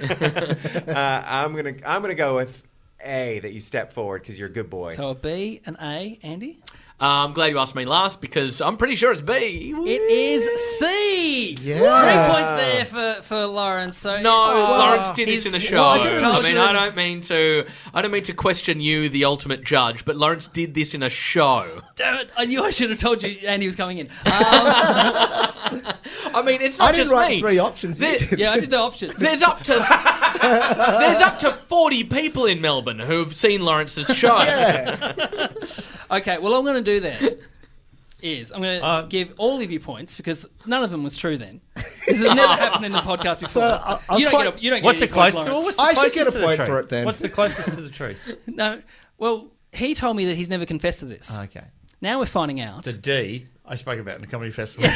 [SPEAKER 6] uh, I'm gonna, I'm gonna go with A that you step forward because you're a good boy.
[SPEAKER 3] So a B, an A, Andy?
[SPEAKER 4] Uh, I'm glad you asked me last because I'm pretty sure it's B.
[SPEAKER 3] It is C!
[SPEAKER 5] Yeah.
[SPEAKER 3] Three points there for, for Lawrence. So Oh,
[SPEAKER 4] No, Lawrence did
[SPEAKER 3] He's-
[SPEAKER 4] this in a
[SPEAKER 3] he-
[SPEAKER 4] show.
[SPEAKER 3] well, I
[SPEAKER 4] I,
[SPEAKER 3] just told
[SPEAKER 4] mean,
[SPEAKER 3] you.
[SPEAKER 4] I don't mean to. I don't mean to question you, the ultimate judge, but Lawrence did this in a show.
[SPEAKER 3] Damn it, I knew I should have told you Andy was coming in. Um,
[SPEAKER 4] I mean, it's not
[SPEAKER 5] I didn't
[SPEAKER 4] just
[SPEAKER 5] write
[SPEAKER 4] me.
[SPEAKER 5] three options.
[SPEAKER 4] There-
[SPEAKER 5] you did.
[SPEAKER 3] yeah, I did the options.
[SPEAKER 4] There's up to there's up to forty people in Melbourne who've seen Lawrence's show.
[SPEAKER 3] Okay, well, I'm going to do then is I'm going to
[SPEAKER 7] Uh,
[SPEAKER 3] give all of you points because none of them was true then. This has never happened in the podcast before.
[SPEAKER 5] So, uh, I- I was
[SPEAKER 3] you, don't
[SPEAKER 5] quite-
[SPEAKER 3] get a, you don't
[SPEAKER 7] What's the
[SPEAKER 3] get any
[SPEAKER 7] closest?
[SPEAKER 3] points, Lawrence.
[SPEAKER 7] well, what's the
[SPEAKER 5] I should
[SPEAKER 7] closest
[SPEAKER 5] get a
[SPEAKER 7] to the
[SPEAKER 5] point
[SPEAKER 7] truth?
[SPEAKER 5] for it then.
[SPEAKER 7] What's the closest to the truth?
[SPEAKER 3] No, well, he told me that he's never confessed to this.
[SPEAKER 4] Uh,
[SPEAKER 7] Okay.
[SPEAKER 3] now we're finding out.
[SPEAKER 7] The D I spoke about in the comedy festival.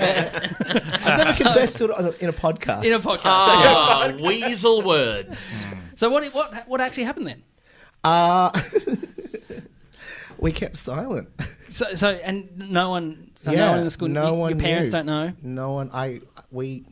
[SPEAKER 5] I've never confessed to it on a, in a podcast.
[SPEAKER 3] in a podcast.
[SPEAKER 4] Ah, weasel words.
[SPEAKER 3] So what, what what actually happened then?
[SPEAKER 5] uh, we kept silent.
[SPEAKER 3] So, so and no one, so no
[SPEAKER 5] Yeah,
[SPEAKER 3] one in the school,
[SPEAKER 5] no
[SPEAKER 3] your,
[SPEAKER 5] one
[SPEAKER 3] your parents
[SPEAKER 5] knew.
[SPEAKER 3] don't know.
[SPEAKER 5] No one. I we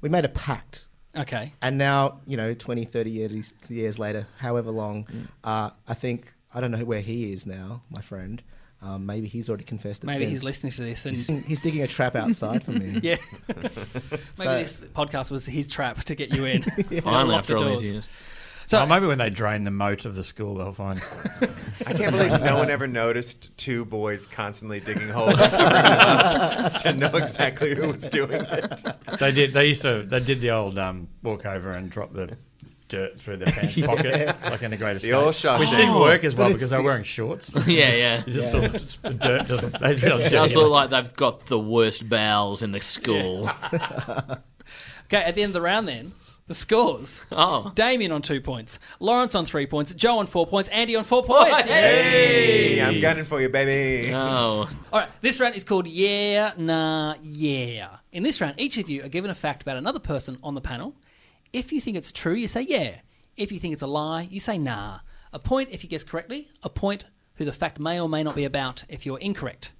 [SPEAKER 5] we made a pact,
[SPEAKER 3] Okay,
[SPEAKER 5] and now you know, 20, 30 years, years later, however long,
[SPEAKER 3] Mm.
[SPEAKER 5] uh, I think I don't know where he is now, my friend. Um, maybe he's already confessed. It
[SPEAKER 3] maybe he's
[SPEAKER 5] since.
[SPEAKER 3] listening to this, and
[SPEAKER 5] He's digging a trap outside for me.
[SPEAKER 3] yeah, maybe
[SPEAKER 5] So-
[SPEAKER 3] this podcast was his trap to get you in.
[SPEAKER 4] Finally,
[SPEAKER 3] Lock
[SPEAKER 4] after
[SPEAKER 3] the
[SPEAKER 4] all
[SPEAKER 3] doors.
[SPEAKER 4] these years.
[SPEAKER 3] So
[SPEAKER 7] Oh, maybe when they drain the moat of the school, they'll find.
[SPEAKER 6] I can't believe no one ever noticed two boys constantly digging holes and covering them up to know exactly who was doing it.
[SPEAKER 7] They did. They used to. They did the old um, walk over and drop the dirt through their pants pocket, like in the Great Escape.
[SPEAKER 6] old shot.
[SPEAKER 7] which didn't
[SPEAKER 6] Oh,
[SPEAKER 7] work as well
[SPEAKER 5] it's
[SPEAKER 7] because they were
[SPEAKER 5] the-
[SPEAKER 7] wearing shorts.
[SPEAKER 4] Yeah, yeah.
[SPEAKER 7] You just saw the dirt. Just, they
[SPEAKER 4] It does look like they've got the worst bowels in the school.
[SPEAKER 3] Okay, at the end of the round, then the scores:
[SPEAKER 4] Oh,
[SPEAKER 3] Damien on two points, Lawrence on three points, Joe on four points, Andy on four points. Yes.
[SPEAKER 6] Hey, I'm gunning for you, baby.
[SPEAKER 4] oh,
[SPEAKER 3] All right, this round is called Yeah Nah Yeah. In this round, each of you are given a fact about another person on the panel. If you think it's true, you say yeah. If you think it's a lie, you say nah. A point if you guess correctly. A point who the fact may or may not be about if you're incorrect.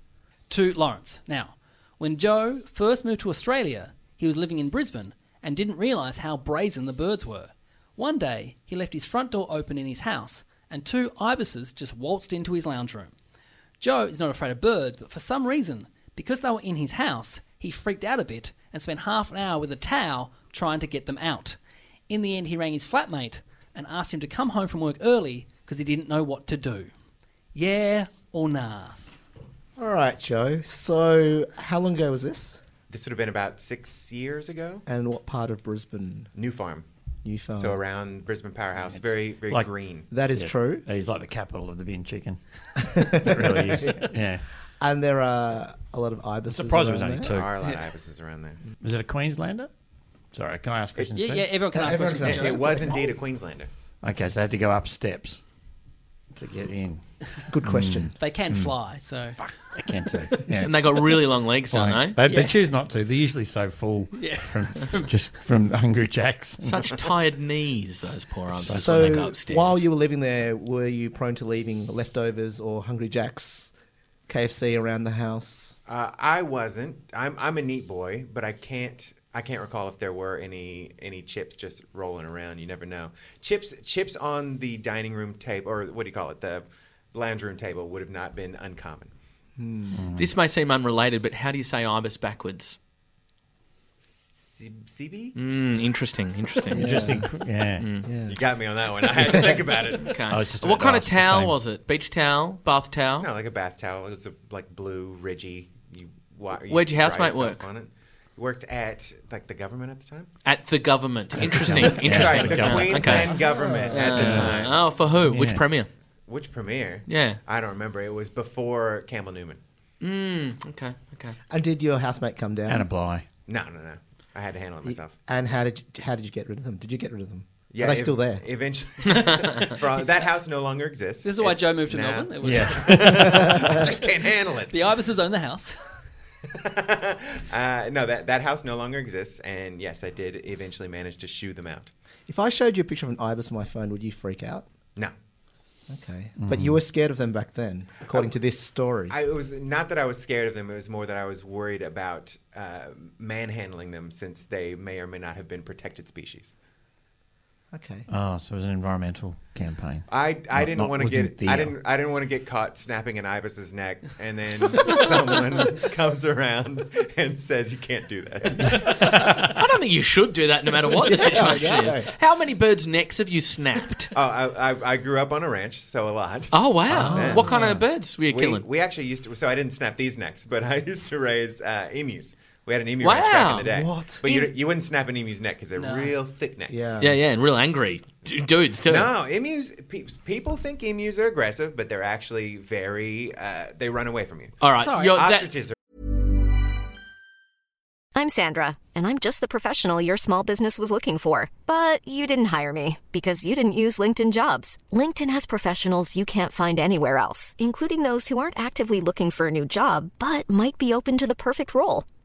[SPEAKER 3] To Lawrence. Now, when Joe first moved to Australia, he was living in Brisbane and didn't realise how brazen the birds were. One day, he left his front door open in his house, and two ibises just waltzed into his lounge room. Joe is not afraid of birds, but for some reason, because they were in his house, he freaked out a bit and spent half an hour with a towel trying to get them out. In the end, he rang his flatmate and asked him to come home from work early because he didn't know what to do. Yeah or nah?
[SPEAKER 5] All right, Joe. So, how long ago was this?
[SPEAKER 6] This would have been about six years ago.
[SPEAKER 5] And what part of Brisbane
[SPEAKER 6] New farm.
[SPEAKER 5] you found?
[SPEAKER 6] So around Brisbane Powerhouse, very very
[SPEAKER 7] Like-
[SPEAKER 6] green.
[SPEAKER 5] Oh, that is true.
[SPEAKER 7] He's like the capital of the bin chicken. it really is. Yeah.
[SPEAKER 5] and there are a lot of ibises.
[SPEAKER 7] Surprised it was
[SPEAKER 5] around
[SPEAKER 7] only
[SPEAKER 5] there.
[SPEAKER 7] two.
[SPEAKER 6] There are a lot of ibises around there.
[SPEAKER 7] Is it a Queenslander? Sorry, can I ask questions?
[SPEAKER 3] Yeah,
[SPEAKER 7] too?
[SPEAKER 3] yeah, everyone can
[SPEAKER 5] Yeah,
[SPEAKER 3] ask
[SPEAKER 5] everyone
[SPEAKER 3] questions.
[SPEAKER 5] can
[SPEAKER 6] It,
[SPEAKER 5] ask
[SPEAKER 3] Joe.
[SPEAKER 6] it was indeed a Queenslander.
[SPEAKER 7] Okay, so they had to go up steps to get in.
[SPEAKER 5] Good question.
[SPEAKER 3] They can fly, so
[SPEAKER 7] They can too. Yeah.
[SPEAKER 4] And they got really long legs, don't
[SPEAKER 7] Fine.
[SPEAKER 4] they?
[SPEAKER 7] They, they choose not to. They're usually so full from just from Hungry Jacks.
[SPEAKER 4] Such tired knees, those poor answers when they go
[SPEAKER 5] So
[SPEAKER 4] upstairs.
[SPEAKER 5] while you were living there, were you prone to leaving leftovers or Hungry Jack's, KFC around the house?
[SPEAKER 6] Uh, I wasn't. I'm I'm a neat boy, but I can't I can't recall if there were any any chips just rolling around. You never know. Chips chips on the dining room table or what do you call it? The lounge room table would have not been uncommon.
[SPEAKER 4] This may seem unrelated, but how do you say ibis backwards?
[SPEAKER 6] C- CB?
[SPEAKER 4] Mm, interesting, interesting.
[SPEAKER 7] Interesting. Yeah.
[SPEAKER 6] You got me on that one. I had to think about it.
[SPEAKER 4] Okay.
[SPEAKER 7] I was just
[SPEAKER 4] what
[SPEAKER 7] about
[SPEAKER 4] kind
[SPEAKER 7] to
[SPEAKER 4] of
[SPEAKER 7] ask the
[SPEAKER 4] towel
[SPEAKER 7] same.
[SPEAKER 4] was it? Beach towel, bath towel.
[SPEAKER 6] No, like a bath towel. It was a, like blue, ridgy. You, wa- you
[SPEAKER 4] Where'd your
[SPEAKER 6] dry
[SPEAKER 4] housemate
[SPEAKER 6] yourself
[SPEAKER 4] work?
[SPEAKER 6] On it. Worked at like the government at the time.
[SPEAKER 4] At the government. Interesting,
[SPEAKER 7] Sorry,
[SPEAKER 4] interesting.
[SPEAKER 6] the
[SPEAKER 7] Yeah, okay.
[SPEAKER 6] Queensland government at the time.
[SPEAKER 4] Oh, for who? Which
[SPEAKER 7] Yeah.
[SPEAKER 4] premier?
[SPEAKER 6] Which premiere?
[SPEAKER 4] Yeah.
[SPEAKER 6] I don't remember. It was before Campbell Newman.
[SPEAKER 4] Okay, okay.
[SPEAKER 5] And did your housemate come down?
[SPEAKER 7] And a bly.
[SPEAKER 6] No, no, no. I had to handle it myself.
[SPEAKER 5] And how did you, how did you get rid of them? Did you get rid of them? Are they
[SPEAKER 6] ev-
[SPEAKER 5] still there?
[SPEAKER 6] Eventually, Bro, that house no longer exists.
[SPEAKER 3] this is why
[SPEAKER 6] It's
[SPEAKER 3] Joe moved to
[SPEAKER 6] now-
[SPEAKER 3] Melbourne. It was
[SPEAKER 6] I just can't handle it.
[SPEAKER 3] the ibises own the house.
[SPEAKER 6] Uh, no, that that house no longer exists, and yes, I did eventually manage to shoo them out.
[SPEAKER 5] if I showed you a picture of an ibis on my phone, would you freak out?
[SPEAKER 6] No,
[SPEAKER 5] Okay. But you were scared of them back then, according to this story.
[SPEAKER 6] Mm. I, it was not that I was scared of them. It was more that I was worried about uh, manhandling them, since they may or may not have been protected species.
[SPEAKER 5] okay.
[SPEAKER 7] Oh, so it was an environmental campaign.
[SPEAKER 6] I, I
[SPEAKER 7] Not-
[SPEAKER 6] didn't
[SPEAKER 7] not
[SPEAKER 6] want to
[SPEAKER 7] within
[SPEAKER 6] get
[SPEAKER 7] the,
[SPEAKER 6] I
[SPEAKER 7] uh,
[SPEAKER 6] didn't I didn't want to get caught snapping an ibis's neck and then someone comes around and says you can't do that.
[SPEAKER 4] I don't think you should do that no matter what the situation
[SPEAKER 5] yeah.
[SPEAKER 4] is. How many birds' necks have you snapped?
[SPEAKER 6] Oh, I, I, I grew up on a ranch, so a lot.
[SPEAKER 4] Oh, wow.
[SPEAKER 6] Oh.
[SPEAKER 4] what kind of birds were you
[SPEAKER 6] we,
[SPEAKER 4] killing?
[SPEAKER 6] we actually used to so I didn't snap these necks, but I used to raise uh, emus. We had an emu ranch back in
[SPEAKER 4] Wow.
[SPEAKER 6] the day.
[SPEAKER 5] What?
[SPEAKER 6] But you, you wouldn't snap an emu's neck because they're real thick necks.
[SPEAKER 5] Yeah.
[SPEAKER 4] yeah, yeah, and real angry d- dudes, too.
[SPEAKER 6] No, emus. Pe- people think emus are aggressive, but they're actually very. Uh, they run away from you.
[SPEAKER 4] All right.
[SPEAKER 3] Sorry.
[SPEAKER 4] you're- Oh, that-
[SPEAKER 6] Ostriches
[SPEAKER 8] I'm Sandra, and I'm just the professional your small business was looking for. But you didn't hire me because you didn't use LinkedIn jobs. LinkedIn has professionals you can't find anywhere else, including those who aren't actively looking for a new job but might be open to the perfect role,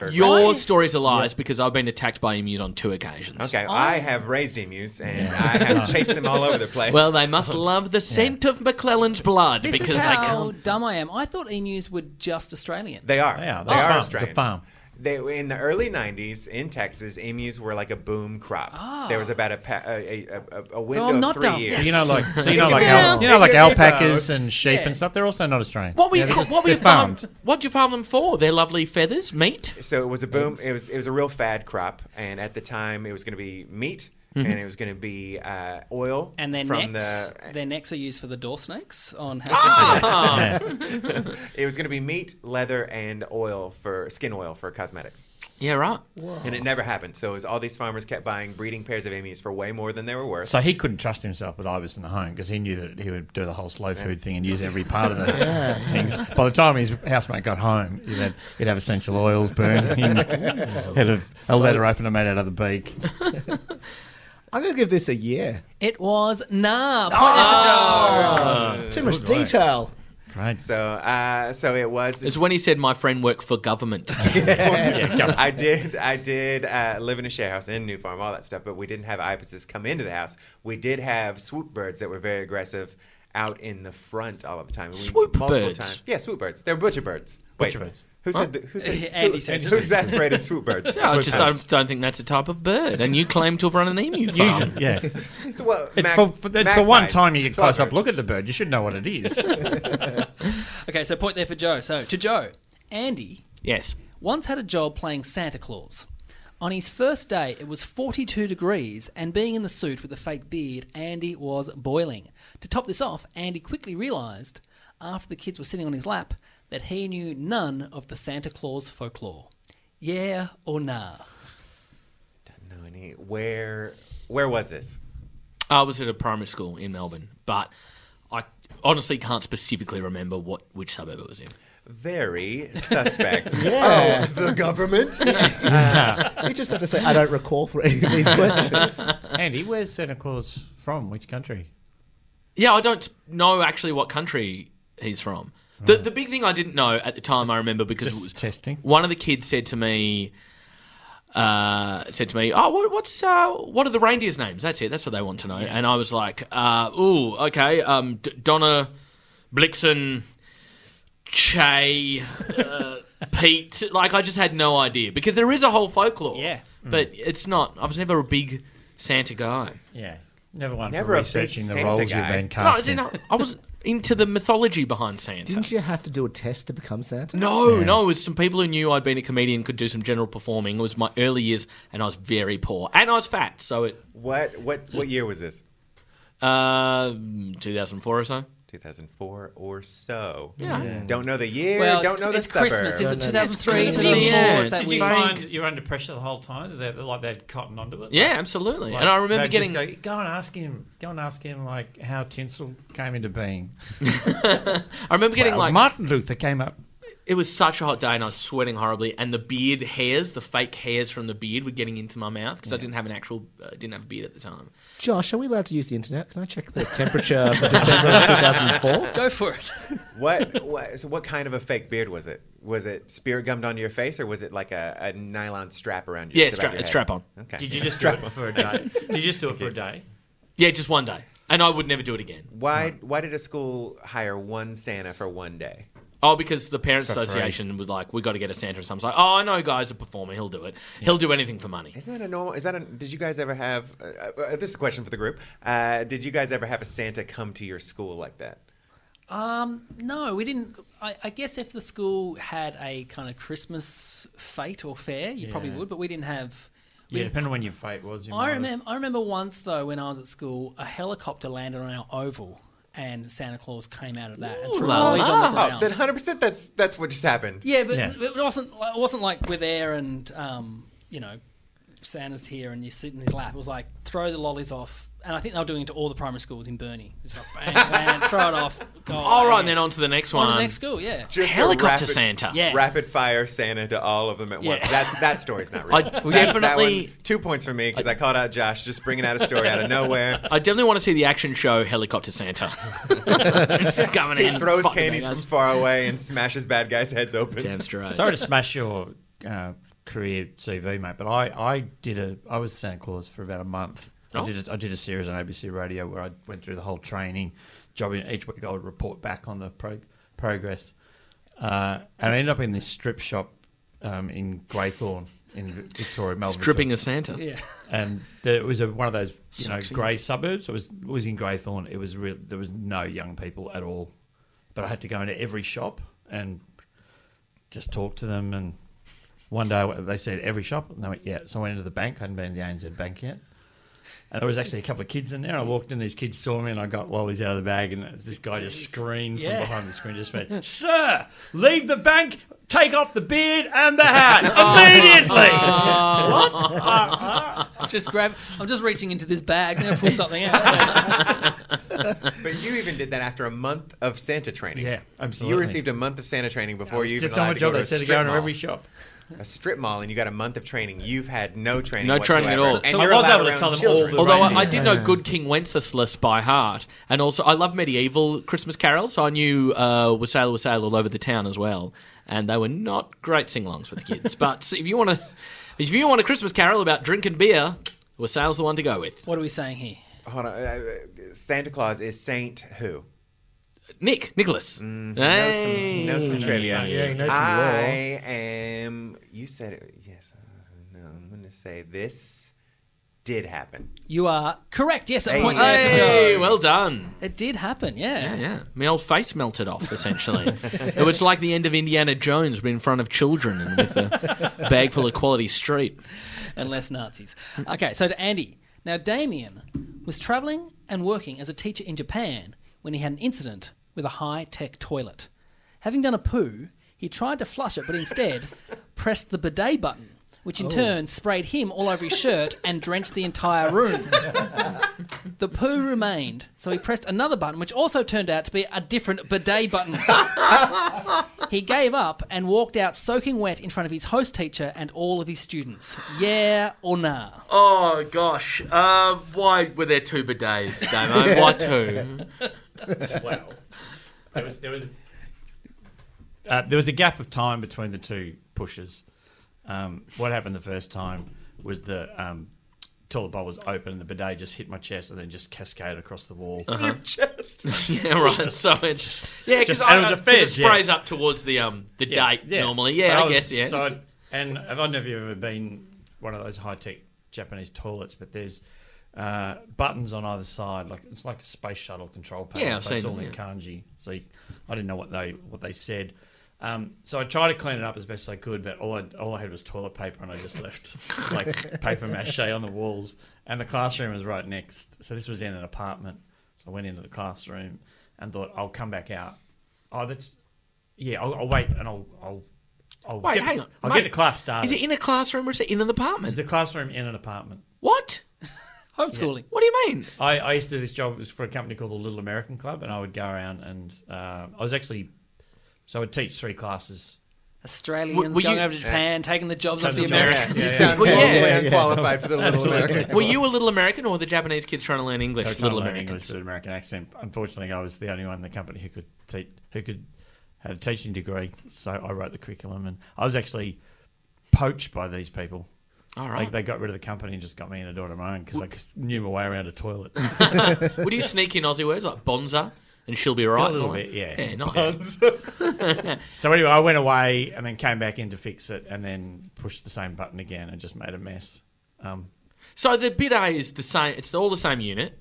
[SPEAKER 6] are.
[SPEAKER 4] your stories are lies because I've been attacked by emus on two occasions.
[SPEAKER 6] Okay,
[SPEAKER 7] Oh.
[SPEAKER 6] I, have raised emus and I have chased them all over the place.
[SPEAKER 4] Well, they must love the scent of McClellan's blood
[SPEAKER 3] This
[SPEAKER 4] because
[SPEAKER 3] is
[SPEAKER 4] they
[SPEAKER 3] how
[SPEAKER 4] come.
[SPEAKER 3] dumb I am. I thought emus were just Australian.
[SPEAKER 6] they are.
[SPEAKER 7] Yeah,
[SPEAKER 6] they
[SPEAKER 7] they're
[SPEAKER 6] are
[SPEAKER 7] farm. It's a
[SPEAKER 6] Australian.
[SPEAKER 7] farm.
[SPEAKER 6] They in the early '90s in Texas, emus were like a boom crop.
[SPEAKER 7] Ah.
[SPEAKER 6] There was about a pa- a, a, a, a window
[SPEAKER 3] I'm
[SPEAKER 6] of
[SPEAKER 3] not
[SPEAKER 6] three
[SPEAKER 3] dumb.
[SPEAKER 6] years.
[SPEAKER 7] So you know, like so you know, like
[SPEAKER 6] Yeah.
[SPEAKER 7] al- you know, like
[SPEAKER 6] Yeah.
[SPEAKER 7] alpacas and sheep
[SPEAKER 3] Yeah.
[SPEAKER 7] and stuff. They're also not Australian.
[SPEAKER 4] What were you,
[SPEAKER 7] Yeah,
[SPEAKER 4] call-
[SPEAKER 7] they're
[SPEAKER 4] what were you
[SPEAKER 7] just- they're farmed.
[SPEAKER 4] farmed? What'd you farm them for? Their lovely feathers, meat.
[SPEAKER 6] So it was a boom. It was it was a real fad crop, and at the time it was going to be meat,
[SPEAKER 4] Mm-hmm.
[SPEAKER 6] and it was going to be uh, oil,
[SPEAKER 3] And their
[SPEAKER 6] from
[SPEAKER 3] necks,
[SPEAKER 6] the
[SPEAKER 3] their necks are used for the door snakes on houses.
[SPEAKER 6] it was going to be meat, leather, and oil for skin oil for cosmetics.
[SPEAKER 4] Yeah, right.
[SPEAKER 6] And
[SPEAKER 7] Oh.
[SPEAKER 6] it never happened. So it was all these farmers kept buying breeding pairs of emus for way more than they were worth.
[SPEAKER 7] So he couldn't trust himself with Ibis in the home because he knew that he would do the whole slow food thing and use every part of those things. By the time his housemate got home, he'd, had, he'd have essential oils burning, had a, a letter opener made out of the beak.
[SPEAKER 5] I'm going to give this a year.
[SPEAKER 3] it was nah. Point
[SPEAKER 6] Oh.
[SPEAKER 3] out for Joe.
[SPEAKER 6] Uh,
[SPEAKER 5] Too much detail.
[SPEAKER 7] Great.
[SPEAKER 6] So, uh, so it was.
[SPEAKER 4] It's when he said my friend worked for government.
[SPEAKER 6] I did, I did uh, live in a share house in New Farm, all that stuff, but we didn't have ibises come into the house. We did have swoop birds that were very aggressive out in the front all of the time. We-
[SPEAKER 4] Swoop
[SPEAKER 6] multiple
[SPEAKER 4] birds?
[SPEAKER 6] Times. Yeah, swoop birds. They're butcher birds. Wait,
[SPEAKER 7] Butcher birds.
[SPEAKER 6] Who said? The, who said?
[SPEAKER 3] Andy
[SPEAKER 6] who,
[SPEAKER 3] said-
[SPEAKER 6] who exasperated swoop birds?
[SPEAKER 4] I just I don't think that's a type of bird, and you claim to have run an emu farm.
[SPEAKER 7] Yeah.
[SPEAKER 6] So, well,
[SPEAKER 7] It-
[SPEAKER 6] mac-
[SPEAKER 7] for, for, it's the one
[SPEAKER 6] magpies,
[SPEAKER 7] time you get close up
[SPEAKER 6] plovers.
[SPEAKER 7] look at the bird, you should know what it is.
[SPEAKER 3] Okay, so point there for Joe. So to Joe, Andy
[SPEAKER 4] Yes.
[SPEAKER 3] once had a job playing Santa Claus. On his first day, it was 42 degrees, and being in the suit with a fake beard, Andy was boiling. To top this off, Andy quickly realised, after the kids were sitting on his lap, that he knew none of the Santa Claus folklore. Yeah or nah?
[SPEAKER 6] Don't know any. Where where was this?
[SPEAKER 4] I was at a primary school in Melbourne, but I honestly can't specifically remember what which suburb it was in.
[SPEAKER 6] Very suspect.
[SPEAKER 5] Yeah.
[SPEAKER 6] Oh, the government.
[SPEAKER 5] You just have to say, I don't recall for any of these questions.
[SPEAKER 7] Andy, where's Santa Claus from? Which country?
[SPEAKER 4] Yeah, I don't know actually what country he's from. The, the big thing I didn't know at the time, I remember because
[SPEAKER 7] just
[SPEAKER 4] it was
[SPEAKER 7] testing.
[SPEAKER 4] One of the kids said to me, uh, said to me, "Oh, what, what's uh, what are the reindeer's names? That's it. That's what they want to know." And I was like, uh, "Ooh, okay, um, D- Donna, Blixen, Che, uh, Pete." Like I just had no idea because there is a whole folklore. Mm.
[SPEAKER 7] Yeah.
[SPEAKER 4] but it's not. I was never a big Santa guy.
[SPEAKER 7] Yeah, never one
[SPEAKER 6] Never
[SPEAKER 7] for
[SPEAKER 6] a big
[SPEAKER 7] researching the
[SPEAKER 6] Santa
[SPEAKER 7] roles
[SPEAKER 6] guy.
[SPEAKER 7] you've been
[SPEAKER 4] No, as in,
[SPEAKER 7] casting.
[SPEAKER 4] I, I was into the mythology behind Santa.
[SPEAKER 5] Didn't you have to do a test to become Santa?
[SPEAKER 4] No, no, it was some people who knew I'd been a comedian could do some general performing. It was my early years, and I was very poor, and I was fat, so it
[SPEAKER 6] what what what year was this?
[SPEAKER 4] uh, 2004 or so.
[SPEAKER 6] 2004 or so.
[SPEAKER 4] Yeah.
[SPEAKER 6] Don't know the year.
[SPEAKER 3] Well, it's-
[SPEAKER 6] don't know the
[SPEAKER 3] it's Christmas.
[SPEAKER 6] suburb.
[SPEAKER 3] Is it 2003?
[SPEAKER 4] It's
[SPEAKER 3] 2004?
[SPEAKER 4] Christmas.
[SPEAKER 3] It's that
[SPEAKER 7] Did you
[SPEAKER 3] weird-
[SPEAKER 7] find you're under pressure the whole time? Did they, like they'd cotton onto it?
[SPEAKER 4] Yeah,
[SPEAKER 7] Like-
[SPEAKER 4] absolutely.
[SPEAKER 7] like,
[SPEAKER 4] and I remember
[SPEAKER 7] they'd just
[SPEAKER 4] getting
[SPEAKER 7] go, go and ask him. Go and ask him like how tinsel came into being.
[SPEAKER 4] I remember getting
[SPEAKER 7] Well,
[SPEAKER 4] like
[SPEAKER 7] Martin Luther came up.
[SPEAKER 4] it was such a hot day, and I was sweating horribly, and the beard hairs, the fake hairs from the beard, were getting into my mouth because I didn't have an actual uh, didn't have a beard at the time.
[SPEAKER 5] Josh, are we allowed to use the internet? Can I check the temperature for December of 2004?
[SPEAKER 3] Go for it.
[SPEAKER 6] What, what so what kind of a fake beard was it? Was it spear gummed onto your face, or was it like a, a nylon strap around your?
[SPEAKER 4] Yeah,
[SPEAKER 6] about
[SPEAKER 4] strap,
[SPEAKER 6] your head?
[SPEAKER 4] strap on.
[SPEAKER 6] Okay.
[SPEAKER 7] Did you just do it for a day? Did you just do it for a day?
[SPEAKER 4] Yeah, just one day, and I would never do it again.
[SPEAKER 6] Why why did a school hire one Santa for one day?
[SPEAKER 4] Oh, because the parents' association was like, "We got to get a Santa." And someone's like, "Oh, I know, guys, a performer. He'll do it. He'll do anything for money."
[SPEAKER 6] Isn't that a normal? Is that a? Did you guys ever have? Uh, uh, this is a question for the group. Uh, did you guys ever have a Santa come to your school like that?
[SPEAKER 3] Um, no, we didn't. I, I guess if the school had a kind of Christmas fete or fair, you probably
[SPEAKER 7] Yeah.
[SPEAKER 3] would, but we didn't have. We
[SPEAKER 7] Yeah, depending on when your fate was. you might
[SPEAKER 3] I
[SPEAKER 7] have-
[SPEAKER 3] remember. I remember once though, when I was at school, a helicopter landed on our oval, and Santa Claus came out of that and threw
[SPEAKER 4] la
[SPEAKER 3] all these on the
[SPEAKER 6] Oh,
[SPEAKER 3] ground.
[SPEAKER 6] then hundred percent. That's that's what just happened.
[SPEAKER 3] yeah, but
[SPEAKER 7] Yeah.
[SPEAKER 3] it wasn't. It wasn't like we're there and um, you know, Santa's here and you sit in his lap. It was like throw the lollies off, and I think they were doing it to all the primary schools in Burnie. It's like bang, bang, throw it off. Go
[SPEAKER 4] All right,
[SPEAKER 3] away.
[SPEAKER 4] then on to the next
[SPEAKER 3] on
[SPEAKER 4] one.
[SPEAKER 3] to the next school. Yeah.
[SPEAKER 6] Just a
[SPEAKER 4] Helicopter
[SPEAKER 6] rapid-
[SPEAKER 4] Santa.
[SPEAKER 3] Yeah.
[SPEAKER 6] Rapid fire Santa to all of them at once.
[SPEAKER 3] Yeah.
[SPEAKER 6] That that story's not real.
[SPEAKER 4] I
[SPEAKER 6] That- that
[SPEAKER 4] definitely-
[SPEAKER 6] one- two points for me because I, called out Josh just bringing out a story out of nowhere.
[SPEAKER 4] I definitely want to see the action show Helicopter Santa. Coming in,
[SPEAKER 6] Throws
[SPEAKER 4] fucking
[SPEAKER 6] candies
[SPEAKER 4] bang
[SPEAKER 6] from
[SPEAKER 4] us.
[SPEAKER 6] far away and smashes bad guys' heads open.
[SPEAKER 4] Damn straight.
[SPEAKER 7] Sorry to smash your uh, career CV, mate, but I, I did a I was Santa Claus for about a month.
[SPEAKER 4] Oh.
[SPEAKER 7] I did a, I did a series on ABC Radio where I went through the whole training job. And each week I would report back on the pro- progress, uh, and I ended up in this strip shop um, in Greythorne in Victoria, Melbourne.
[SPEAKER 4] Stripping a Santa.
[SPEAKER 3] Yeah.
[SPEAKER 7] and there, it was a, one of those you know
[SPEAKER 4] Sexy.
[SPEAKER 7] grey suburbs. It was it was in Greythorne. It was real. There was no young people at all, but I had to go into every shop and just talk to them. And one day they said every shop, and they went yeah. So I went into the bank. I hadn't been to the ANZ bank yet. And there was actually a couple of kids in there. I walked in, these kids saw me, and I got lollies out of the bag. And this guy just screamed
[SPEAKER 3] Yeah.
[SPEAKER 7] from behind the screen, just went, "Sir, leave the bank, take off the beard and the hat immediately."
[SPEAKER 3] Just grab. I'm just reaching into this bag. Now pull something out.
[SPEAKER 6] But you even did that after a month of Santa training.
[SPEAKER 7] Yeah,
[SPEAKER 6] You
[SPEAKER 7] absolutely.
[SPEAKER 6] received a month of Santa training before you even
[SPEAKER 7] just done my
[SPEAKER 6] allowed to
[SPEAKER 7] job. They
[SPEAKER 6] go to a
[SPEAKER 7] said to
[SPEAKER 6] strip
[SPEAKER 7] go into
[SPEAKER 6] mall.
[SPEAKER 7] every shop.
[SPEAKER 6] a strip mall, and you got a month of training. You've had no training.
[SPEAKER 4] No training at
[SPEAKER 6] whatsoever.
[SPEAKER 4] all.
[SPEAKER 6] And
[SPEAKER 7] So I
[SPEAKER 6] you're
[SPEAKER 7] was
[SPEAKER 6] allowed
[SPEAKER 7] able to
[SPEAKER 6] around
[SPEAKER 7] tell them all
[SPEAKER 6] children.
[SPEAKER 7] the
[SPEAKER 4] Although I, I
[SPEAKER 7] Reindeer.
[SPEAKER 4] did know Good King Wenceslas by heart, and also I love medieval Christmas carols, so I knew uh, Wassail Wassail all over the town as well. And they were not great sing-alongs with the kids. but if you want to, if you want a Christmas carol about drinking beer, Wassail's the one to go with.
[SPEAKER 3] what are we saying here?
[SPEAKER 6] Hold on. uh, uh, Santa Claus is Saint who?
[SPEAKER 4] Nick Nicholas.
[SPEAKER 6] Mm, He
[SPEAKER 4] Hey.
[SPEAKER 6] knows some trivia.
[SPEAKER 5] Yeah, you know some
[SPEAKER 6] I
[SPEAKER 5] lore.
[SPEAKER 6] am. You said it. Yes. I was- No, I'm going to say this did happen.
[SPEAKER 3] You are correct. Yes, a
[SPEAKER 6] Hey.
[SPEAKER 3] point there for Joe.
[SPEAKER 4] Hey, well done.
[SPEAKER 3] It did happen. Yeah.
[SPEAKER 4] Yeah, my old face melted off. Essentially, it was like the end of Indiana Jones, but in front of children and with a bag full of quality street.
[SPEAKER 3] and less Nazis. Okay, so to Andy. Now, Damien was traveling and working as a teacher in Japan when he had an incident with a high tech toilet. Having done a poo, he tried to flush it, but instead pressed the bidet button, which in turn sprayed him all over his shirt and drenched the entire room. the poo remained, so he pressed another button, which also turned out to be a different bidet button. He gave up and walked out soaking wet in front of his host teacher and all of his students. Yeah or nah?
[SPEAKER 4] Oh gosh, uh, why were there two bidets, Damo? Why two?
[SPEAKER 7] well, there was there was uh, there was a gap of time between the two pushes. Um, what happened the first time was the um, toilet bowl was open and the bidet just hit my chest and then just cascaded across the wall.
[SPEAKER 6] Just
[SPEAKER 4] yeah, right. So it's yeah, because
[SPEAKER 7] Just- and it was a
[SPEAKER 4] it
[SPEAKER 7] fence, yeah.
[SPEAKER 4] sprays up towards the um the date normally.
[SPEAKER 7] But
[SPEAKER 4] Yeah, I,
[SPEAKER 7] was-
[SPEAKER 4] guess yeah.
[SPEAKER 7] So I, and I don't know if you've ever been one of those high tech Japanese toilets, but there's uh, buttons on either side, like it's like a space shuttle control panel.
[SPEAKER 4] Yeah, I've
[SPEAKER 7] but
[SPEAKER 4] seen
[SPEAKER 7] it's all
[SPEAKER 4] them,
[SPEAKER 7] in
[SPEAKER 4] yeah.
[SPEAKER 7] kanji. So you, I didn't know what they what they said. Um, so I tried to clean it up as best I could, but all I, all I had was toilet paper, and I just left like paper mache on the walls. And the classroom was right next, so this was in an apartment. So I went into the classroom and thought, I'll come back out. Oh, that's yeah, I'll, I'll wait and I'll, I'll, I'll
[SPEAKER 4] Wait,
[SPEAKER 7] get,
[SPEAKER 4] hang on.
[SPEAKER 7] I'll
[SPEAKER 4] mate,
[SPEAKER 7] get the class started.
[SPEAKER 4] Is it in a classroom or is it in an apartment?
[SPEAKER 7] It's a classroom in an apartment.
[SPEAKER 4] What?
[SPEAKER 3] Homeschooling.
[SPEAKER 4] What do you mean?
[SPEAKER 7] I, I used to do this job it was for a company called the Little American Club, and I would go around and uh, I was actually so I would teach three classes.
[SPEAKER 3] Australians
[SPEAKER 4] Were- were
[SPEAKER 3] going
[SPEAKER 4] you-
[SPEAKER 3] over to Japan, taking the jobs off the
[SPEAKER 7] Taking the jobs.
[SPEAKER 3] Americans.
[SPEAKER 6] you sound
[SPEAKER 4] Well,
[SPEAKER 6] totally
[SPEAKER 4] yeah.
[SPEAKER 6] unqualified for the little American.
[SPEAKER 4] Were you a little American or were the Japanese kids trying to learn English?
[SPEAKER 7] I was
[SPEAKER 4] little
[SPEAKER 7] trying to learn
[SPEAKER 4] Americans.
[SPEAKER 7] English with an American accent. Unfortunately, I was the only one in the company who could teach who could had a teaching degree, so I wrote the curriculum, and I was actually poached by these people.
[SPEAKER 4] All
[SPEAKER 7] Like
[SPEAKER 4] right.
[SPEAKER 7] they got rid of the company and just got me in a door to my own because I could- knew my way around a toilet.
[SPEAKER 4] Would you sneak in Aussie words like bonza and she'll be right?
[SPEAKER 7] a little
[SPEAKER 4] and all
[SPEAKER 7] bit,
[SPEAKER 4] that?
[SPEAKER 7] yeah.
[SPEAKER 4] Yeah, nice.
[SPEAKER 7] So anyway, I went away and then came back in to fix it, and then pushed the same button again and just made a mess. Um,
[SPEAKER 4] So the bidet is the same. It's all the same unit,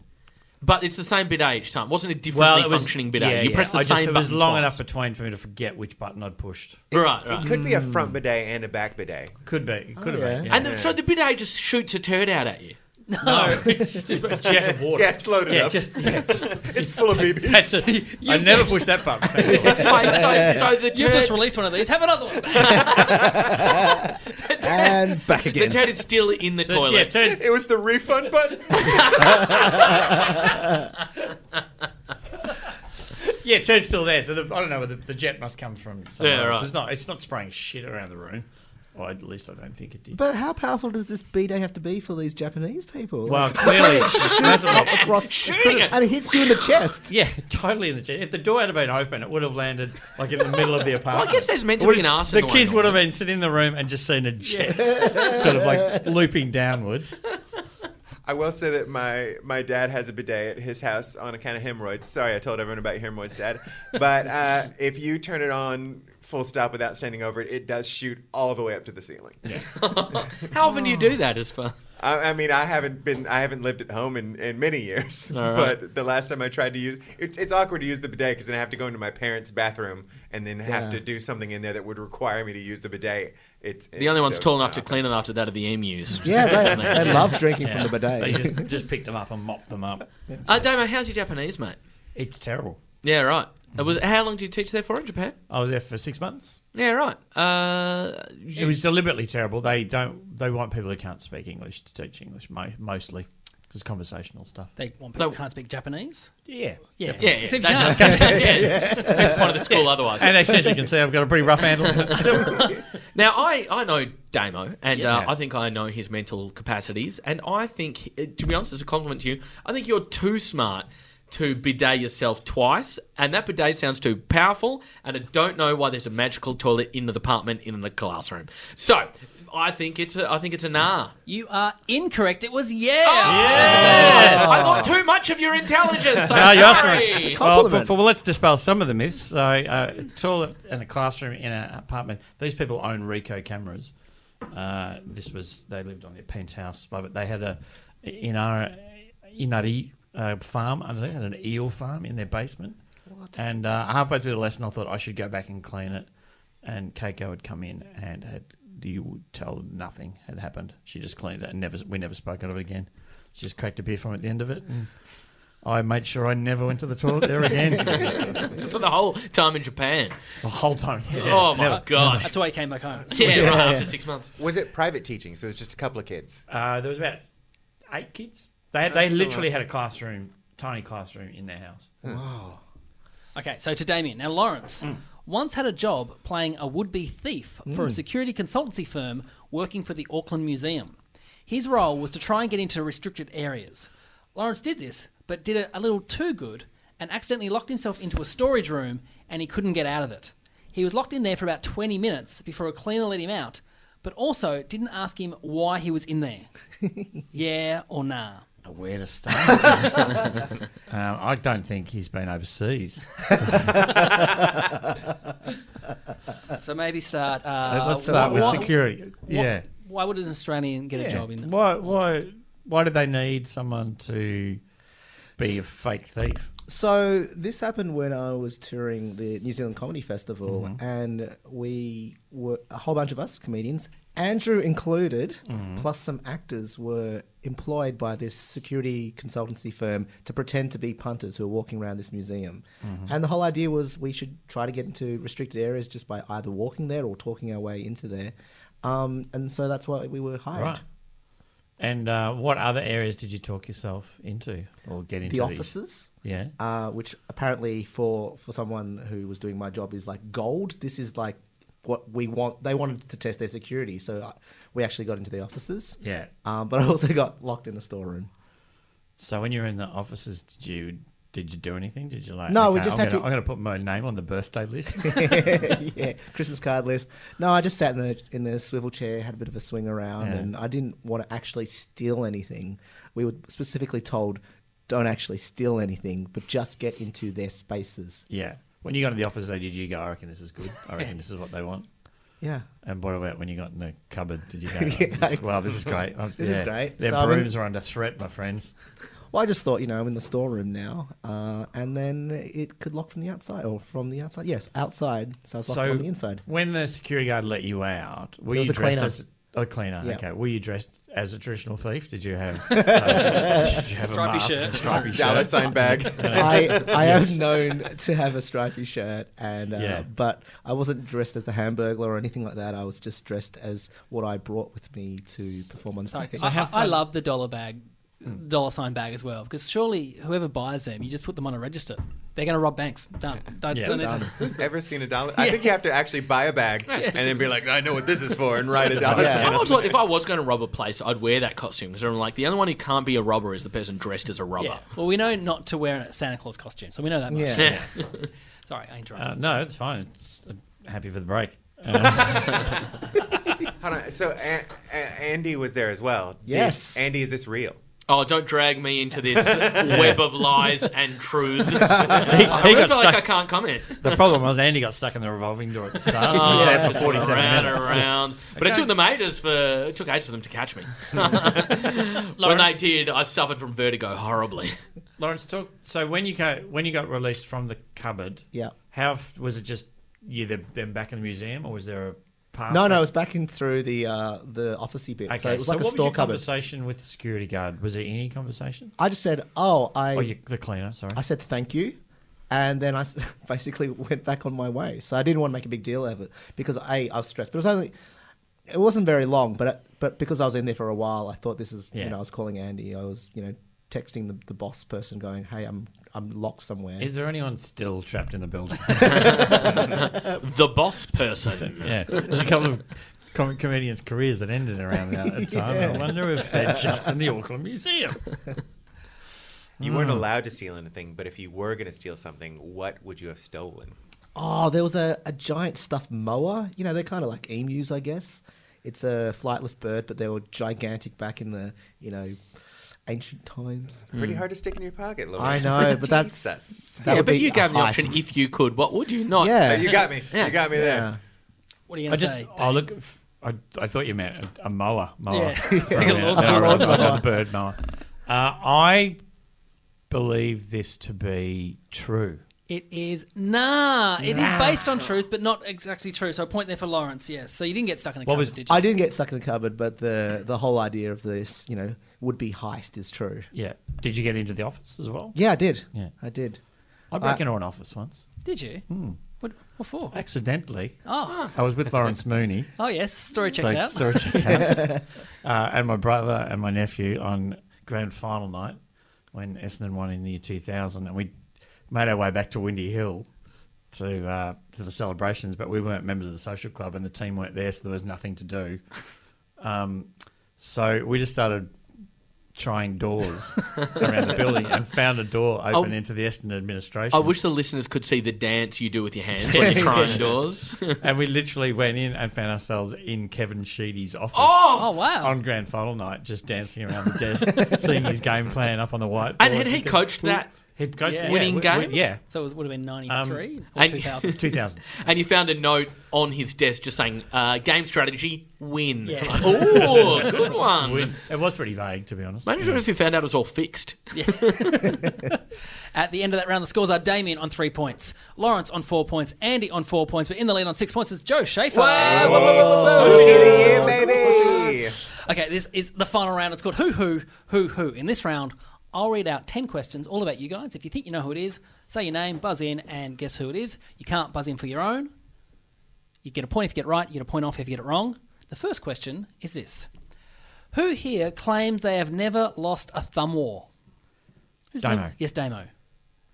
[SPEAKER 4] but it's the same bidet each time. It wasn't a
[SPEAKER 7] well,
[SPEAKER 4] differently
[SPEAKER 7] it was
[SPEAKER 4] functioning bidet.
[SPEAKER 7] yeah,
[SPEAKER 4] you
[SPEAKER 7] yeah.
[SPEAKER 4] press the
[SPEAKER 7] I
[SPEAKER 4] same
[SPEAKER 7] just, It was
[SPEAKER 4] button
[SPEAKER 7] long
[SPEAKER 4] twice.
[SPEAKER 7] enough between for me to forget which button I'd pushed.
[SPEAKER 4] right, right.
[SPEAKER 6] It could be a front bidet and a back bidet.
[SPEAKER 7] Could be, it could have been.
[SPEAKER 4] and then, so the bidet just shoots a turd out at you.
[SPEAKER 7] Just a jet of water.
[SPEAKER 6] Yeah, it's loaded
[SPEAKER 7] Yeah,
[SPEAKER 6] up.
[SPEAKER 7] just, yeah, just
[SPEAKER 6] it's full of BBs.
[SPEAKER 7] that's it. I never pushed that button.
[SPEAKER 4] Wait, so, so the
[SPEAKER 3] You've
[SPEAKER 4] turd,
[SPEAKER 3] just released one of these. Have another one.
[SPEAKER 5] and back
[SPEAKER 4] the
[SPEAKER 5] again.
[SPEAKER 4] turd is still in the
[SPEAKER 7] So,
[SPEAKER 4] toilet.
[SPEAKER 7] yeah, turn,
[SPEAKER 6] It was the refund button.
[SPEAKER 7] yeah, turn's still there. So the, I don't know where the, the jet must come from. Somewhere
[SPEAKER 4] Yeah,
[SPEAKER 7] else.
[SPEAKER 4] right.
[SPEAKER 7] It's not. It's not spraying shit around the room. Or at least I don't think it did.
[SPEAKER 5] But how powerful does this bidet have to be for these Japanese people?
[SPEAKER 7] well,
[SPEAKER 5] Like,
[SPEAKER 7] clearly, that's not-
[SPEAKER 5] across
[SPEAKER 4] Shooting it.
[SPEAKER 5] and it hits you in the chest.
[SPEAKER 7] Yeah, totally in the chest. If the door had been open, it would have landed like in the middle of the apartment.
[SPEAKER 4] guess there's meant to
[SPEAKER 7] Would
[SPEAKER 4] be an
[SPEAKER 7] have-
[SPEAKER 4] arson
[SPEAKER 7] The
[SPEAKER 4] line
[SPEAKER 7] kids
[SPEAKER 4] or
[SPEAKER 7] would have been sitting in the room and just seen a jet sort of like looping downwards.
[SPEAKER 6] I will say that my my dad has a bidet at his house on account of hemorrhoids. Sorry, I told everyone about hemorrhoids, Dad. But uh, if you turn it on full stop without standing over it, it does shoot all the way up to the ceiling.
[SPEAKER 4] How often do you do that? As far
[SPEAKER 6] I, I mean, I haven't been, I haven't lived at home in, in many years.
[SPEAKER 4] All right.
[SPEAKER 6] But the last time I tried to use, it's it's awkward to use the bidet because then I have to go into my parents' bathroom and then have to do something in there that would require me to use the bidet. It's
[SPEAKER 4] the only one's tall enough to clean it after that are the emus.
[SPEAKER 5] Yeah, they, they love drinking
[SPEAKER 7] Yeah.
[SPEAKER 5] from the
[SPEAKER 7] They
[SPEAKER 5] bidet.
[SPEAKER 7] just, just picked them up and mopped them up.
[SPEAKER 4] Uh, Damo, how's your Japanese, mate?
[SPEAKER 7] It's terrible.
[SPEAKER 4] Yeah, right. Uh, Was, how long did you teach there for in Japan?
[SPEAKER 7] I was there for six months.
[SPEAKER 4] Yeah, right. Uh,
[SPEAKER 7] It was deliberately terrible. They don't. They want people who can't speak English to teach English mo- mostly because conversational stuff.
[SPEAKER 3] They want people
[SPEAKER 4] No.
[SPEAKER 3] who can't speak Japanese.
[SPEAKER 7] Yeah.
[SPEAKER 3] Yeah.
[SPEAKER 4] yeah, yeah,
[SPEAKER 3] So if you
[SPEAKER 4] that-
[SPEAKER 3] can't-
[SPEAKER 4] yeah. That's part of the school otherwise.
[SPEAKER 7] And actually, as you can see, I've got a pretty rough handle. of it still.
[SPEAKER 4] Now, I, I know Damo, and uh,
[SPEAKER 7] Yes.
[SPEAKER 4] I think I know his mental capacities, and I think, uh, to be honest, as a compliment to you, I think you're too smart to bidet yourself twice, and that bidet sounds too powerful, and I don't know why there's a magical toilet in the department in the classroom. So, I think it's a, I think it's a nah.
[SPEAKER 3] You are incorrect. It was yeah.
[SPEAKER 4] I thought too much of your intelligence. I'm
[SPEAKER 7] No, you're
[SPEAKER 4] sorry.
[SPEAKER 7] right. Well,
[SPEAKER 5] compliment.
[SPEAKER 7] but- but let's dispel some of the myths. So, uh, toilet in a classroom in an apartment. These people own Ricoh cameras. Uh, this was they lived on their penthouse, but they had a in our Inari uh, farm under there, had an eel farm in their basement. What? And uh, halfway through the lesson, I thought I should go back and clean it. And Keiko had come in and had you would tell nothing had happened. She just cleaned it and never we never spoke of it again. She just cracked a beer from it at the end of it. And I made sure I never went to the toilet there again.
[SPEAKER 4] for the whole time in Japan.
[SPEAKER 7] the whole time. Yeah,
[SPEAKER 4] oh my
[SPEAKER 7] never.
[SPEAKER 4] gosh.
[SPEAKER 3] That's why he came back home.
[SPEAKER 4] Yeah, right after six months.
[SPEAKER 6] Was it private teaching? So it's just a couple of kids.
[SPEAKER 7] Uh, there was about eight kids. They they literally had a classroom, tiny classroom in their house.
[SPEAKER 3] Okay, so to Damien. Now, Lawrence
[SPEAKER 7] Mm.
[SPEAKER 3] once had a job playing a would be thief for a security consultancy firm working for the Auckland Museum. His role was to try and get into restricted areas. Lawrence did this, but did it a little too good and accidentally locked himself into a storage room and he couldn't get out of it. He was locked in there for about 20 minutes before a cleaner let him out, but also didn't ask him why he was in there. yeah or nah?
[SPEAKER 7] Where to start? um, I don't think he's been overseas.
[SPEAKER 3] So maybe start. Uh,
[SPEAKER 7] Let's start
[SPEAKER 3] why-
[SPEAKER 7] with
[SPEAKER 3] why-
[SPEAKER 7] security.
[SPEAKER 3] why-
[SPEAKER 7] yeah.
[SPEAKER 3] Why would an Australian get a
[SPEAKER 7] Yeah.
[SPEAKER 3] job in
[SPEAKER 7] Why why why did they need someone to be a fake thief?
[SPEAKER 5] So this happened when I was touring the New Zealand Comedy Festival,
[SPEAKER 7] Mm-hmm.
[SPEAKER 5] and we were a whole bunch of us comedians, Andrew included,
[SPEAKER 7] Mm-hmm.
[SPEAKER 5] plus some actors were employed by this security consultancy firm to pretend to be punters who were walking around this museum.
[SPEAKER 7] Mm-hmm.
[SPEAKER 5] And the whole idea was we should try to get into restricted areas just by either walking there or talking our way into there. Um, and so that's why we were hired.
[SPEAKER 7] Right. And uh, what other areas did you talk yourself into or get into?
[SPEAKER 5] The
[SPEAKER 7] these-
[SPEAKER 5] offices.
[SPEAKER 7] Yeah.
[SPEAKER 5] uh, which apparently for for someone who was doing my job is like gold. This is like what we want. They wanted to test their security, so I, we actually got into the offices.
[SPEAKER 7] Yeah.
[SPEAKER 5] Um, but I also got locked in a storeroom.
[SPEAKER 7] So when you were in the offices, did you did you do anything? Did you like?
[SPEAKER 5] No, we
[SPEAKER 7] okay,
[SPEAKER 5] just
[SPEAKER 7] I'm
[SPEAKER 5] had
[SPEAKER 7] gonna,
[SPEAKER 5] to-
[SPEAKER 7] I'm going to put my name on the birthday list.
[SPEAKER 5] yeah, Christmas card list. No, I just sat in the in the swivel chair, had a bit of a swing around,
[SPEAKER 7] Yeah.
[SPEAKER 5] and I didn't want to actually steal anything. We were specifically told. Don't actually steal anything, but just get into their spaces.
[SPEAKER 7] yeah. When you got to the office, though, did you go? I reckon this is good. I reckon this is what they want.
[SPEAKER 5] Yeah.
[SPEAKER 7] And what about when you got in the cupboard? Did you go? "Oh, this- wow, this is great. Oh,
[SPEAKER 5] This is
[SPEAKER 7] yeah.
[SPEAKER 5] great.
[SPEAKER 7] Their
[SPEAKER 5] So I'm in-
[SPEAKER 7] brooms are under threat, my friends.
[SPEAKER 5] Well, I just thought, you know, I'm in the storeroom now, uh, and then it could lock from the outside or from the outside. Yes, outside. So it's locked
[SPEAKER 7] so
[SPEAKER 5] on the inside.
[SPEAKER 7] when the security guard let you out, were
[SPEAKER 5] There was
[SPEAKER 7] you
[SPEAKER 5] a
[SPEAKER 7] dressed
[SPEAKER 5] cleaner.
[SPEAKER 7] as a cleaner?
[SPEAKER 5] Yeah.
[SPEAKER 7] Okay. Were you dressed as a traditional thief? Did you have? uh, did you have
[SPEAKER 3] Stripy
[SPEAKER 7] a mask
[SPEAKER 3] shirt.
[SPEAKER 7] and stripy
[SPEAKER 6] Dollar
[SPEAKER 7] shirt?
[SPEAKER 6] sign bag.
[SPEAKER 4] uh,
[SPEAKER 5] I I am known to have a stripy shirt, and uh,
[SPEAKER 7] Yeah.
[SPEAKER 5] but I wasn't dressed as the Hamburglar or anything like that. I was just dressed as what I brought with me to perform on stage.
[SPEAKER 3] I, I love the dollar bag,
[SPEAKER 7] Hmm.
[SPEAKER 3] dollar sign bag as well, because surely whoever buys them, you just put them on a register. They're going to rob banks. Done. Don't,
[SPEAKER 7] Yeah,
[SPEAKER 3] don't need
[SPEAKER 7] done.
[SPEAKER 3] to-
[SPEAKER 6] Who's ever seen a dollar? I think you have to actually buy a bag and then be like, I know what this is for, and write a dollar
[SPEAKER 5] Yeah.
[SPEAKER 6] sign.
[SPEAKER 4] I was like, if I was going to rob a place, I'd wear that costume because I'm like, the only one who can't be a robber is the person dressed as a robber.
[SPEAKER 3] Yeah. Well, we know not to wear a Santa Claus costume, so we know that much.
[SPEAKER 5] Yeah.
[SPEAKER 3] Sorry, I interrupted.
[SPEAKER 7] Uh, no, it's fine. It's, I'm happy for the break.
[SPEAKER 6] Hold on. So a- a- Andy was there as well. Did-
[SPEAKER 5] Yes.
[SPEAKER 6] Andy, is this real?
[SPEAKER 4] Oh, don't drag me into this web of lies and truths. I really
[SPEAKER 7] got
[SPEAKER 4] feel like
[SPEAKER 7] stuck-
[SPEAKER 4] I can't comment.
[SPEAKER 7] The problem was Andy got stuck in the revolving door at the start.
[SPEAKER 5] Uh,
[SPEAKER 7] He
[SPEAKER 4] Oh,
[SPEAKER 7] was there for
[SPEAKER 4] just
[SPEAKER 7] 47
[SPEAKER 4] around,
[SPEAKER 7] minutes. Just-
[SPEAKER 4] around. But it took them ages for it took ages for them to catch me. when they did, I suffered from vertigo horribly.
[SPEAKER 7] Lawrence, talk. So when you go, when you got released from the cupboard,
[SPEAKER 5] Yeah.
[SPEAKER 7] how f- was it? Just you then then back in the museum, or was there a path?
[SPEAKER 5] No, no, I was backing through the uh, the officey bit,
[SPEAKER 7] Okay,
[SPEAKER 5] so it was like a
[SPEAKER 7] what was
[SPEAKER 5] store
[SPEAKER 7] your
[SPEAKER 5] cupboard.
[SPEAKER 7] conversation with the security guard? Was there any conversation?
[SPEAKER 5] I just said, "Oh, I
[SPEAKER 7] Oh, you, the cleaner. Sorry.
[SPEAKER 5] I said thank you, and then I s- basically went back on my way. So I didn't want to make a big deal of it because I, I was stressed. But it was only, it wasn't very long. But but because I was in there for a while, I thought this is
[SPEAKER 7] Yeah.
[SPEAKER 5] you know I was calling Andy. I was you know texting the, the boss person going, hey, I'm I'm locked somewhere.
[SPEAKER 7] Is there anyone still trapped in the building?
[SPEAKER 4] the boss person.
[SPEAKER 7] yeah, there's a couple of. Com- comedians' careers that ended around that time. I wonder if they're just in the Auckland Museum.
[SPEAKER 6] You
[SPEAKER 5] Hmm.
[SPEAKER 6] weren't allowed to steal anything, but if you were going to steal something, what would you have stolen?
[SPEAKER 5] oh, there was a, a giant stuffed moa. You know they're kind of like emus, I guess. It's a flightless bird, but they were gigantic back in the you know ancient times.
[SPEAKER 6] Pretty hard to stick in your pocket,
[SPEAKER 5] Hmm. I
[SPEAKER 6] Lawrence.
[SPEAKER 5] know, but that's
[SPEAKER 6] Jesus.
[SPEAKER 5] that
[SPEAKER 4] Yeah,
[SPEAKER 5] would
[SPEAKER 4] but
[SPEAKER 5] be
[SPEAKER 4] you
[SPEAKER 5] a
[SPEAKER 4] gave me the
[SPEAKER 5] heist.
[SPEAKER 4] option if you could. What would you not?
[SPEAKER 5] Yeah.
[SPEAKER 6] You got me. You got me there.
[SPEAKER 5] Yeah.
[SPEAKER 3] what are you
[SPEAKER 7] I
[SPEAKER 3] going to
[SPEAKER 7] just,
[SPEAKER 3] say?
[SPEAKER 7] oh look, f- I, I thought you meant a, a mower. Mower.
[SPEAKER 3] Yeah.
[SPEAKER 7] Throw it
[SPEAKER 3] lawn-
[SPEAKER 7] out. Oh. No,
[SPEAKER 3] a
[SPEAKER 7] right,
[SPEAKER 3] lawn
[SPEAKER 7] right,
[SPEAKER 3] mower.
[SPEAKER 7] a bird mower. Uh, I believe this to be true.
[SPEAKER 3] It is nah. It is based on truth, but not exactly true. So a point there for Lawrence. Yes. So you didn't get stuck in a
[SPEAKER 7] What
[SPEAKER 3] cupboard,
[SPEAKER 7] was-
[SPEAKER 3] did you?
[SPEAKER 5] I didn't get stuck in a cupboard, but the the whole idea of this, you know, would be heist is true.
[SPEAKER 7] Yeah. Did you get into the office as well? Uh,
[SPEAKER 5] Yeah, I did.
[SPEAKER 7] Yeah.
[SPEAKER 5] I did.
[SPEAKER 7] I broke into an office once.
[SPEAKER 3] Did you?
[SPEAKER 7] Hmm.
[SPEAKER 3] What, what for?
[SPEAKER 7] Accidentally.
[SPEAKER 3] Oh,
[SPEAKER 7] I was with Lawrence Mooney.
[SPEAKER 3] oh yes. Story checks
[SPEAKER 7] so
[SPEAKER 3] out.
[SPEAKER 7] Ah. story check out. uh, and my brother and my nephew on grand final night when Essendon won in the year 2000. And we made our way back to Windy Hill to uh, to the celebrations, but we weren't members of the social club and the team weren't there, so there was nothing to do. Um, so we just started trying doors around the building and found a door open
[SPEAKER 4] Oh.
[SPEAKER 7] into the Essendon administration.
[SPEAKER 4] I wish the listeners could see the dance you do with your hands when you're trying doors.
[SPEAKER 7] and we literally went in and found ourselves in Kevin Sheedy's office.
[SPEAKER 3] Oh wow.
[SPEAKER 7] on grand final night, just dancing around the desk, seeing his game plan up on the whiteboard.
[SPEAKER 4] And had he coached that?
[SPEAKER 7] Head coach
[SPEAKER 4] Yeah.
[SPEAKER 7] yeah,
[SPEAKER 4] winning
[SPEAKER 7] we-
[SPEAKER 4] game?
[SPEAKER 7] we- yeah,
[SPEAKER 3] so it was, would have been ninety-three
[SPEAKER 7] Um,
[SPEAKER 3] or
[SPEAKER 4] and-
[SPEAKER 3] two thousand.
[SPEAKER 7] two thousand.
[SPEAKER 4] And you found a note on his desk just saying, uh, game strategy, win.
[SPEAKER 3] Yeah.
[SPEAKER 4] oh, good one.
[SPEAKER 7] It was pretty vague, to be honest.
[SPEAKER 4] Imagine if you found out it was all fixed.
[SPEAKER 3] At the end of that round, the scores are Damien on three points, Lawrence on four points, Andy on four points, but in the lead on six points is Joe Schaefer.
[SPEAKER 6] Pushing of the
[SPEAKER 5] Oh.
[SPEAKER 6] year, baby.
[SPEAKER 3] Okay, this is the final round. It's called Who Who Who Who. In this round, I'll read out 10 questions all about you guys. If you think you know who it is, say your name, buzz in, and guess who it is. You can't buzz in for your own. You get a point if you get it right, you get a point off if you get it wrong. The first question is this Who here claims they have never lost a thumb war? Who's
[SPEAKER 7] Damo.
[SPEAKER 3] never- Yes, Damo.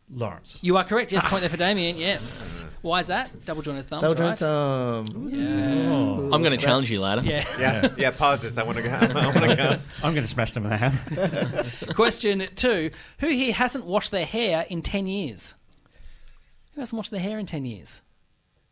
[SPEAKER 7] Lawrence.
[SPEAKER 3] You are correct. Yes, point there for Damien. Yes. Why is that? Double jointed thumbs.
[SPEAKER 5] Double
[SPEAKER 3] right?
[SPEAKER 5] joint, um,
[SPEAKER 7] Oh,
[SPEAKER 4] I'm going to challenge you later.
[SPEAKER 3] Yeah.
[SPEAKER 6] Yeah, yeah. Pause this. I want to go. I want to go.
[SPEAKER 7] I'm going to smash them with a hammer.
[SPEAKER 3] Question two Who here hasn't washed their hair in 10 years? Who hasn't washed their hair in 10 years?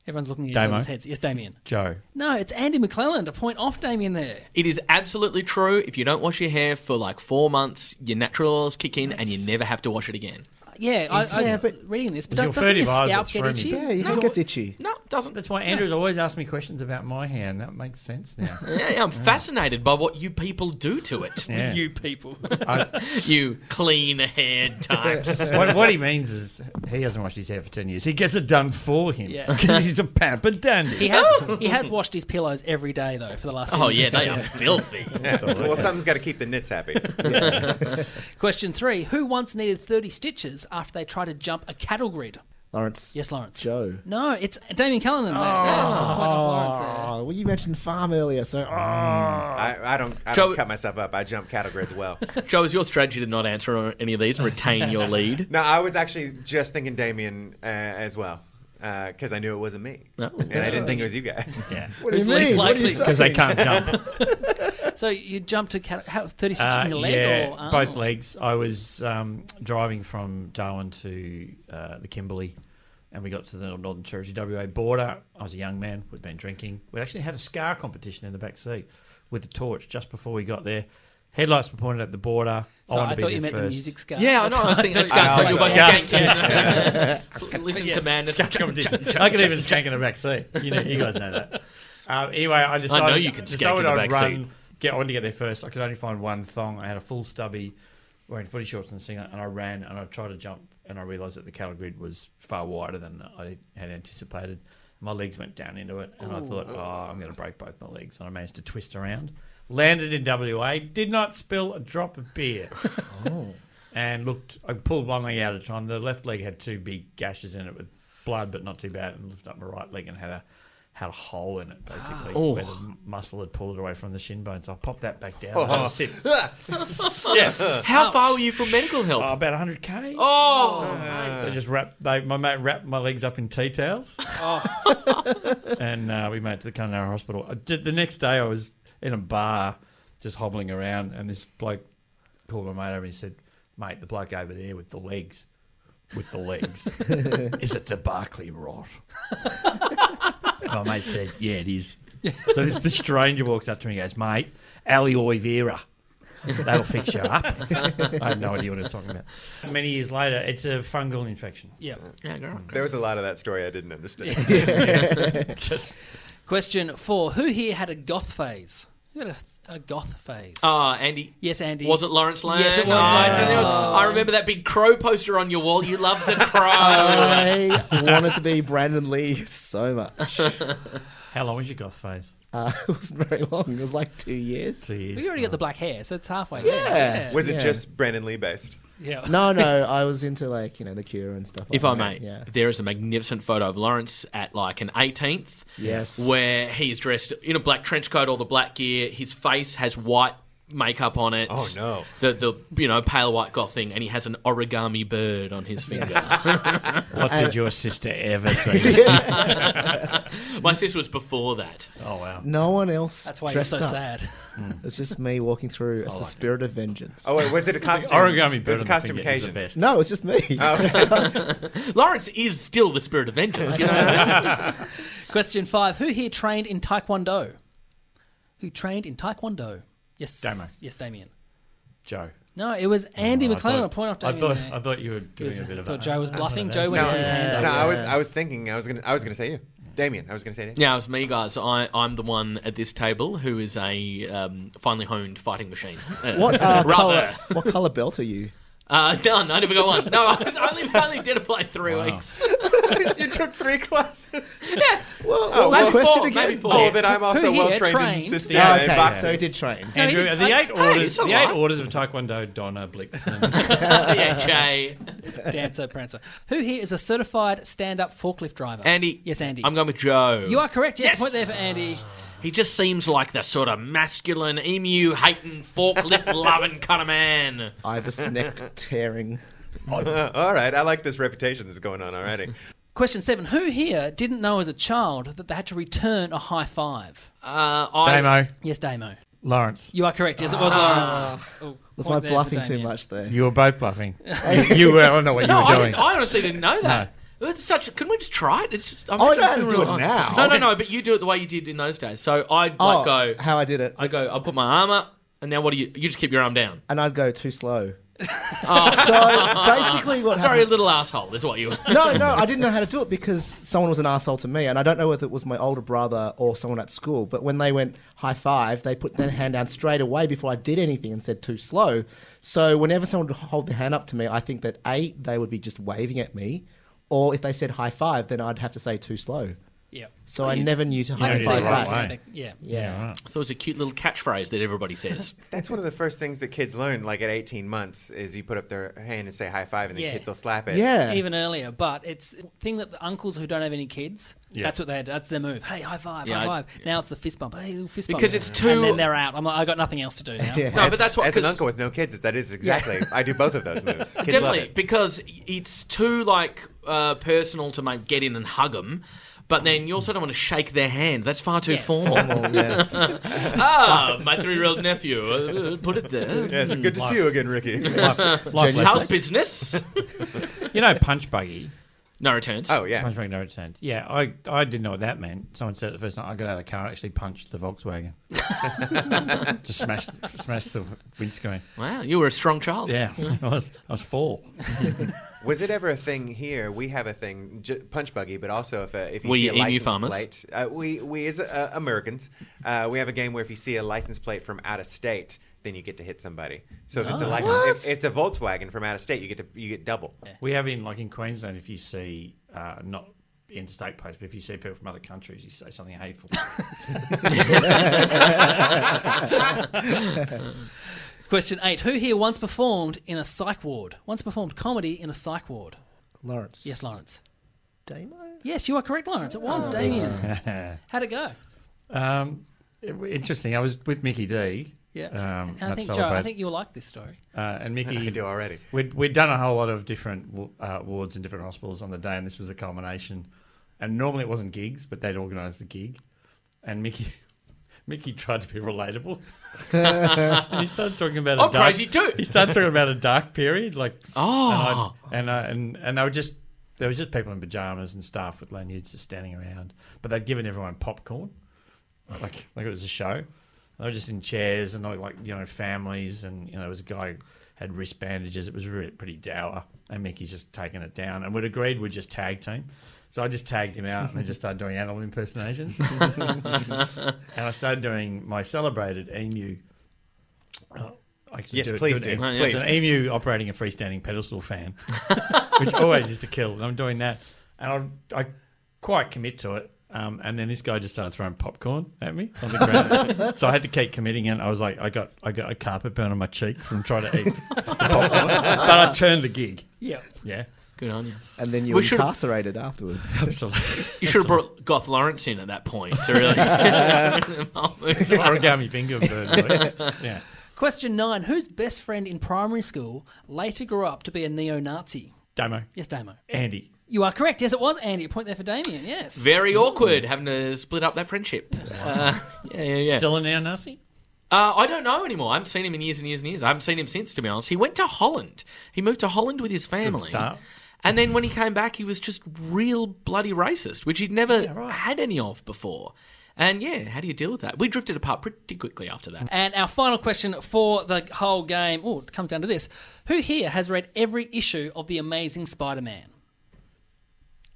[SPEAKER 3] Everyone's looking at each
[SPEAKER 7] Damo.
[SPEAKER 3] other's heads. Yes, Damien.
[SPEAKER 7] Joe.
[SPEAKER 3] No, it's Andy McClelland. A point off Damien there.
[SPEAKER 4] It is absolutely true. If you don't wash your hair for like four months, your natural oils kick in and you never have to wash it again.
[SPEAKER 3] Yeah, I, I
[SPEAKER 5] Yeah,
[SPEAKER 3] was
[SPEAKER 5] but-
[SPEAKER 3] reading this, but
[SPEAKER 7] It was your
[SPEAKER 3] don't- doesn't your
[SPEAKER 7] fertilizer
[SPEAKER 3] scalp
[SPEAKER 7] that's
[SPEAKER 3] get
[SPEAKER 7] thrown
[SPEAKER 3] itchy?
[SPEAKER 7] me.
[SPEAKER 5] yeah, he just gets itchy.
[SPEAKER 4] No, it doesn't.
[SPEAKER 7] That's why Andrew's always asked me questions about my hair, and that makes sense now.
[SPEAKER 4] Yeah, yeah, I'm fascinated by what you people do to it.
[SPEAKER 7] Yeah.
[SPEAKER 4] You people.
[SPEAKER 7] I-
[SPEAKER 4] you clean hair types.
[SPEAKER 7] what, what he means is he hasn't washed his hair for ten years. He gets it done for him
[SPEAKER 3] Yeah.
[SPEAKER 7] because he's a pampered dandy.
[SPEAKER 3] He has, he has washed his pillows every day, though, for the last
[SPEAKER 4] Oh,
[SPEAKER 3] few
[SPEAKER 4] yeah,
[SPEAKER 3] minutes.
[SPEAKER 4] they are filthy.
[SPEAKER 6] Well, something's got to keep the nits happy.
[SPEAKER 3] Question three Who once needed 30 stitches after they tried to jump a cattle grid?
[SPEAKER 5] Lawrence.
[SPEAKER 3] Yes, Lawrence.
[SPEAKER 5] Joe.
[SPEAKER 3] No, it's Damien Cullinan
[SPEAKER 7] Oh.
[SPEAKER 3] there. Yes, a point off Lawrence there.
[SPEAKER 5] Oh, well, you mentioned farm earlier, so oh.
[SPEAKER 6] I, I don't. I
[SPEAKER 4] Shall
[SPEAKER 6] don't
[SPEAKER 4] we-
[SPEAKER 6] cut myself up. I jump categories well.
[SPEAKER 4] Joe, is your strategy to not answer any of these and retain your lead?
[SPEAKER 6] No, I was actually just thinking Damien uh, as well because I knew it wasn't me, and I didn't think it was you guys. Yeah.
[SPEAKER 5] what do you
[SPEAKER 3] least
[SPEAKER 5] mean? What do
[SPEAKER 3] likely?
[SPEAKER 5] you say?
[SPEAKER 7] because they can't jump.
[SPEAKER 3] So you jumped to cat- how, 30 stitches
[SPEAKER 7] Uh,
[SPEAKER 3] in your leg?
[SPEAKER 7] yeah,
[SPEAKER 3] or um, oh. arm?
[SPEAKER 7] both legs. I was um, driving from Darwin to uh, the Kimberley, and we got to the Northern Territory WA border. I was a young man. We'd been drinking. We actually had a scar competition in the back seat with a torch just before we got there. Headlights were pointed at the border.
[SPEAKER 3] So
[SPEAKER 7] I
[SPEAKER 3] I,
[SPEAKER 7] wanted to
[SPEAKER 3] thought
[SPEAKER 7] be
[SPEAKER 3] you
[SPEAKER 7] there
[SPEAKER 3] meant the
[SPEAKER 7] first.
[SPEAKER 3] music scar.
[SPEAKER 4] Yeah, I know. I was thinking that's
[SPEAKER 5] Ah,
[SPEAKER 4] guys.
[SPEAKER 6] I
[SPEAKER 4] you're both
[SPEAKER 6] was
[SPEAKER 4] skanking. Listen to man.
[SPEAKER 7] Scar competition. I could even skank in the back seat. You know, you guys know that. Um, anyway, I decided
[SPEAKER 4] you can skank in
[SPEAKER 7] decided
[SPEAKER 4] the
[SPEAKER 7] I'd
[SPEAKER 4] back
[SPEAKER 7] run,
[SPEAKER 4] seat.
[SPEAKER 7] Get I wanted to get there first. I could only find one thong. I had a full stubby, wearing footy shorts and singlet, and I ran and I tried to jump and I realised that the cattle grid was far wider than I had anticipated. My legs went down into it, and I thought, "Oh, I'm going to break both my legs." And I managed to twist around, landed in WA, did not spill a drop of beer and looked. I pulled one leg out at a time. The left leg had two big gashes in it with blood, but not too bad. And lifted up my right leg and had a had a hole in it basically where the m- muscle had pulled away from the shin bone. So I popped that back down. and had a sip. yeah,
[SPEAKER 4] How far were you from medical help?
[SPEAKER 7] oh, about hundred k.
[SPEAKER 4] Um, oh,
[SPEAKER 7] They just wrapped. They, my mate wrapped my legs up in tea towels, and uh, we made it to the Kununurra Hospital. I did- the next day, I was in a bar, just hobbling around, and this bloke called my mate over and he said, "Mate, the bloke over there with the legs, with the legs, is it the Barclay rot?" my mate said, "Yeah, it is." So this, this stranger walks up to me and goes, "Mate, Ali Oliveira." That'll fix you up. I have no idea what he's talking about. Many years later, it's a fungal infection.
[SPEAKER 3] Yeah.
[SPEAKER 4] yeah, great.
[SPEAKER 6] There was a lot of that story I didn't understand.
[SPEAKER 7] Just
[SPEAKER 3] Question four Who here had a goth phase? Who had a, a goth phase?
[SPEAKER 7] Uh,
[SPEAKER 4] Ah, Andy.
[SPEAKER 3] Yes, Andy.
[SPEAKER 4] Was it Lawrence Land?
[SPEAKER 3] Yes, it was
[SPEAKER 4] Oh,
[SPEAKER 3] Lawrence
[SPEAKER 4] I-
[SPEAKER 3] Land.
[SPEAKER 4] I remember that big crow poster on your wall. You loved the crow.
[SPEAKER 5] I wanted to be Brandon Lee so much.
[SPEAKER 7] How long was your goth phase?
[SPEAKER 5] Uh, it wasn't very long. It was like two years.
[SPEAKER 7] Two years.
[SPEAKER 3] We already got the black hair, so it's halfway
[SPEAKER 5] Yeah.
[SPEAKER 3] there.
[SPEAKER 6] Was it
[SPEAKER 5] Yeah.
[SPEAKER 6] just Brandon Lee based?
[SPEAKER 3] Yeah. yeah.
[SPEAKER 5] No, no, I was into like you know the Cure and stuff. Like
[SPEAKER 4] If I
[SPEAKER 5] that.
[SPEAKER 4] may,
[SPEAKER 5] yeah.
[SPEAKER 4] there is a magnificent photo of Lawrence at like an 18th.
[SPEAKER 5] Yes.
[SPEAKER 4] Where he's dressed in a black trench coat, all the black gear. His face has white makeup on it.
[SPEAKER 6] Oh, no.
[SPEAKER 4] The the you know pale white goth thing, and he has an origami bird on his finger.
[SPEAKER 7] What did your sister ever see?
[SPEAKER 4] My sister was before that.
[SPEAKER 7] Oh wow.
[SPEAKER 5] No one else.
[SPEAKER 3] That's why you're
[SPEAKER 5] dressed
[SPEAKER 3] so
[SPEAKER 5] up.
[SPEAKER 3] sad.
[SPEAKER 5] It's just me walking through as the spirit of vengeance.
[SPEAKER 6] Oh, wait, was it a costume?
[SPEAKER 7] Origami
[SPEAKER 6] It
[SPEAKER 7] bird
[SPEAKER 6] was
[SPEAKER 7] on
[SPEAKER 6] a
[SPEAKER 7] the
[SPEAKER 6] costume
[SPEAKER 7] finger is the
[SPEAKER 6] occasion.
[SPEAKER 7] best.
[SPEAKER 5] No, it's just me.
[SPEAKER 4] Lawrence is still the spirit of vengeance. You know.
[SPEAKER 3] Question five Who here trained in Taekwondo? Who trained in Taekwondo? Yes.
[SPEAKER 7] Damo.
[SPEAKER 3] Yes, Damien.
[SPEAKER 7] Joe.
[SPEAKER 3] No, it was Andy
[SPEAKER 7] Oh, I
[SPEAKER 3] McLean.
[SPEAKER 7] thought-
[SPEAKER 3] A point off
[SPEAKER 7] I
[SPEAKER 3] Damien.
[SPEAKER 7] thought
[SPEAKER 3] there.
[SPEAKER 7] I thought you were
[SPEAKER 3] He
[SPEAKER 7] doing
[SPEAKER 3] was-
[SPEAKER 7] a bit
[SPEAKER 3] I
[SPEAKER 7] of.
[SPEAKER 3] thought
[SPEAKER 7] a-
[SPEAKER 3] Joe was bluffing. Joe went
[SPEAKER 6] No,
[SPEAKER 3] to his hand
[SPEAKER 6] no,
[SPEAKER 3] up.
[SPEAKER 6] I was I was thinking I was gonna I was gonna say you, Damien. I was gonna say Damien.
[SPEAKER 4] Now it's me, guys. I, I'm the one at this table who is a um, finely honed fighting machine. Uh,
[SPEAKER 5] what uh,
[SPEAKER 4] rather.
[SPEAKER 5] color? What color belt are you?
[SPEAKER 4] Uh, done. I never got one. No, I was only only did apply three weeks.
[SPEAKER 6] you took three classes.
[SPEAKER 5] Well,
[SPEAKER 6] Oh,
[SPEAKER 5] what was
[SPEAKER 6] maybe
[SPEAKER 5] the question
[SPEAKER 4] four,
[SPEAKER 5] again?
[SPEAKER 4] maybe four.
[SPEAKER 6] Oh, then I'm also
[SPEAKER 3] here
[SPEAKER 6] well trained in
[SPEAKER 3] trained?
[SPEAKER 6] system
[SPEAKER 5] Yeah,
[SPEAKER 6] and
[SPEAKER 5] okay,
[SPEAKER 6] boxing.
[SPEAKER 5] so he did train.
[SPEAKER 3] he
[SPEAKER 7] Andrew,
[SPEAKER 3] didn't-
[SPEAKER 7] the
[SPEAKER 3] I-
[SPEAKER 7] eight
[SPEAKER 4] Hey,
[SPEAKER 7] orders,
[SPEAKER 4] it's all
[SPEAKER 7] the eight
[SPEAKER 4] right.
[SPEAKER 7] orders of Taekwondo, Donna, Blix, and
[SPEAKER 4] yeah, Jay.
[SPEAKER 3] Dancer, Prancer. Who here is a certified stand-up forklift driver?
[SPEAKER 4] Andy.
[SPEAKER 3] Yes, Andy.
[SPEAKER 4] I'm going with Joe.
[SPEAKER 3] You are correct. Yes, point there for Andy.
[SPEAKER 4] He just seems like the sort of masculine, emu hating, forklift loving kind of man.
[SPEAKER 5] I was neck tearing.
[SPEAKER 6] all right, I like this reputation that's going on already.
[SPEAKER 3] Question seven. Who here didn't know as a child that they had to return a high five?
[SPEAKER 4] Uh, I,
[SPEAKER 7] Damo,
[SPEAKER 3] Yes, Damo.
[SPEAKER 7] Lawrence.
[SPEAKER 3] You are correct. Yes, it was
[SPEAKER 7] Ah.
[SPEAKER 3] Lawrence. Oh,
[SPEAKER 5] Was
[SPEAKER 3] point
[SPEAKER 5] my
[SPEAKER 3] there for
[SPEAKER 5] bluffing too
[SPEAKER 3] Damien.
[SPEAKER 5] much there?
[SPEAKER 7] You were both bluffing. you, you were. I don't know what you
[SPEAKER 4] No,
[SPEAKER 7] were
[SPEAKER 4] I,
[SPEAKER 7] doing.
[SPEAKER 4] didn't- I honestly didn't know that. It's such. Can we just try it? It's just. I'm
[SPEAKER 5] Oh, I
[SPEAKER 4] actually
[SPEAKER 5] know how to
[SPEAKER 4] feeling
[SPEAKER 5] do
[SPEAKER 4] real
[SPEAKER 5] it
[SPEAKER 4] hot.
[SPEAKER 5] now.
[SPEAKER 4] No, no, no. But you do it the way you did in those days. So I'd
[SPEAKER 5] oh,
[SPEAKER 4] like go.
[SPEAKER 5] how I did it,
[SPEAKER 4] I go. I put my arm up, and now what do you? You just keep your arm down.
[SPEAKER 5] and I'd go too slow.
[SPEAKER 3] Oh.
[SPEAKER 5] so basically, what
[SPEAKER 4] Sorry,
[SPEAKER 5] happened?
[SPEAKER 4] little asshole. Is what you.
[SPEAKER 5] No, no, I didn't know how to do it because someone was an asshole to me, and I don't know whether it was my older brother or someone at school. But when they went high five, they put their hand down straight away before I did anything and said too slow. So whenever someone would hold their hand up to me, I think that a they would be just waving at me, or if they said high five, then I'd have to say too slow.
[SPEAKER 3] Yeah.
[SPEAKER 5] So I never knew to high
[SPEAKER 3] I can
[SPEAKER 5] five
[SPEAKER 3] see
[SPEAKER 5] back.
[SPEAKER 3] that.
[SPEAKER 7] right way.
[SPEAKER 3] Yeah.
[SPEAKER 5] Yeah.
[SPEAKER 4] So it's a cute little catchphrase that everybody says.
[SPEAKER 6] That's one of the first things that kids learn, like at 18 months, is you put up their hand and say high five, and the
[SPEAKER 3] Yeah.
[SPEAKER 6] kids will slap it.
[SPEAKER 5] Yeah.
[SPEAKER 3] Even earlier, but it's a thing that the uncles who don't have any kids, that's what they that's their move. Hey, high five,
[SPEAKER 4] Yeah,
[SPEAKER 3] high
[SPEAKER 4] I-
[SPEAKER 3] five. Now it's the fist bump. Hey, little fist bump.
[SPEAKER 4] Because it's too-
[SPEAKER 3] And then they're out. I'm like, I got nothing else to do now.
[SPEAKER 5] Yeah.
[SPEAKER 4] No, but that's what.
[SPEAKER 6] As an
[SPEAKER 4] 'cause-
[SPEAKER 6] uncle with no kids, that is exactly. I do both of those moves. Kids love
[SPEAKER 4] Definitely,
[SPEAKER 6] it.
[SPEAKER 4] because it's too like uh, personal to make get in and hug them. But then you also don't want to shake their hand. That's far too
[SPEAKER 3] Yeah.
[SPEAKER 4] formal.
[SPEAKER 5] Oh, yeah.
[SPEAKER 4] ah, my three-year-old nephew. Uh, put it there.
[SPEAKER 6] Yes, good
[SPEAKER 7] Mm,
[SPEAKER 6] to see you again, Ricky.
[SPEAKER 7] Life, life
[SPEAKER 4] How's
[SPEAKER 7] lessons.
[SPEAKER 4] business?
[SPEAKER 7] You know, punch buggy.
[SPEAKER 4] No returns.
[SPEAKER 6] oh yeah.
[SPEAKER 7] Punch buggy no return. Yeah, I, I didn't know what that meant. Someone said it the first time I got out of the car and actually punched the Volkswagen. Just smashed, smashed the windscreen.
[SPEAKER 4] Wow, you were a strong child.
[SPEAKER 7] Yeah, I was, I was four.
[SPEAKER 6] Was it ever a thing here? We have a thing, j- punch buggy, but also if a, if you
[SPEAKER 4] We
[SPEAKER 6] see a
[SPEAKER 4] emu
[SPEAKER 6] license
[SPEAKER 4] farmers.
[SPEAKER 6] plate, uh, we we as uh, Americans, uh, we have a game where if you see a license plate from out of state, then you get to hit somebody. So if it's a license, if it's a Volkswagen from out of state, you get to you get double.
[SPEAKER 7] We have in like in Queensland, if you see uh, not interstate posts, but if you see people from other countries, you say something hateful.
[SPEAKER 3] Question eight. Who here once performed in a psych ward? Once performed comedy in a psych ward?
[SPEAKER 5] Lawrence.
[SPEAKER 3] Yes, Lawrence.
[SPEAKER 5] Damo?
[SPEAKER 3] Yes, you are correct, Lawrence. It
[SPEAKER 4] Oh.
[SPEAKER 3] was Damien. How'd it go?
[SPEAKER 7] um, it- interesting. I was with Mickey D.
[SPEAKER 3] Yeah.
[SPEAKER 7] Um,
[SPEAKER 3] and I
[SPEAKER 7] at
[SPEAKER 3] think, Joe, I
[SPEAKER 7] Celebrate.
[SPEAKER 3] think you'll like this story.
[SPEAKER 7] Uh, and Mickey,
[SPEAKER 6] I do already.
[SPEAKER 7] We'd, we'd done a whole lot of different w- uh, wards and different hospitals on the day, and this was a culmination. And normally it wasn't gigs, but they'd organise the gig, and Mickey. Mickey tried to be relatable. and he started talking about.
[SPEAKER 4] I'm
[SPEAKER 7] a dark,
[SPEAKER 4] Oh, crazy too.
[SPEAKER 7] He started talking about a dark period, like oh, and I, and I, and and they were just there was just people in pajamas and stuff with lanyards just standing around, but they'd given everyone popcorn, like like it was a show. They were just in chairs and like, like you know families, and you know there was a guy who had wrist bandages. It was really pretty dour, and Mickey's just taking it down. And we'd agreed we'd just tag team, So I just tagged him out and I just started doing animal impersonations. and I started doing my celebrated emu. Oh, I actually
[SPEAKER 6] Yes,
[SPEAKER 7] it-
[SPEAKER 6] please
[SPEAKER 7] it
[SPEAKER 6] do.
[SPEAKER 7] in-
[SPEAKER 6] Right,
[SPEAKER 7] It's
[SPEAKER 6] yes.
[SPEAKER 7] an emu operating a freestanding pedestal fan, which always used to kill. And I'm doing that. And I, I quite commit to it. Um, and then this guy just started throwing popcorn at me on the ground. so I had to keep committing and I was like, I got I got a carpet burn on my cheek from trying to eat the popcorn. But I turned the gig. Yeah. Yeah.
[SPEAKER 4] Good on you.
[SPEAKER 5] And then you
[SPEAKER 4] We
[SPEAKER 5] were
[SPEAKER 4] should-
[SPEAKER 5] incarcerated afterwards.
[SPEAKER 7] Absolutely.
[SPEAKER 4] You should have brought Goth Lawrence in at that point to really.
[SPEAKER 7] It's an origami finger burn. Boy. Yeah.
[SPEAKER 3] Question nine Whose best friend in primary school later grew up to be a neo Nazi?
[SPEAKER 7] Damo.
[SPEAKER 3] Yes, Damo.
[SPEAKER 7] Andy.
[SPEAKER 3] You are correct. Yes, it was Andy. A point there for Damien. Yes.
[SPEAKER 4] Very awkward having to split up that friendship. Uh, yeah, yeah, yeah.
[SPEAKER 7] Still a neo Nazi?
[SPEAKER 4] Uh, I don't know anymore. I haven't seen him in years and years and years. I haven't seen him since, to be honest. He went to Holland. He moved to Holland with his family.
[SPEAKER 7] start.
[SPEAKER 4] And then when he came back, he was just real bloody racist, which he'd never had any of before. And yeah, how do you deal with that? We drifted apart pretty quickly after that.
[SPEAKER 3] And our final question for the whole game. Oh, it comes down to this. Who here has read every issue of The Amazing Spider Man?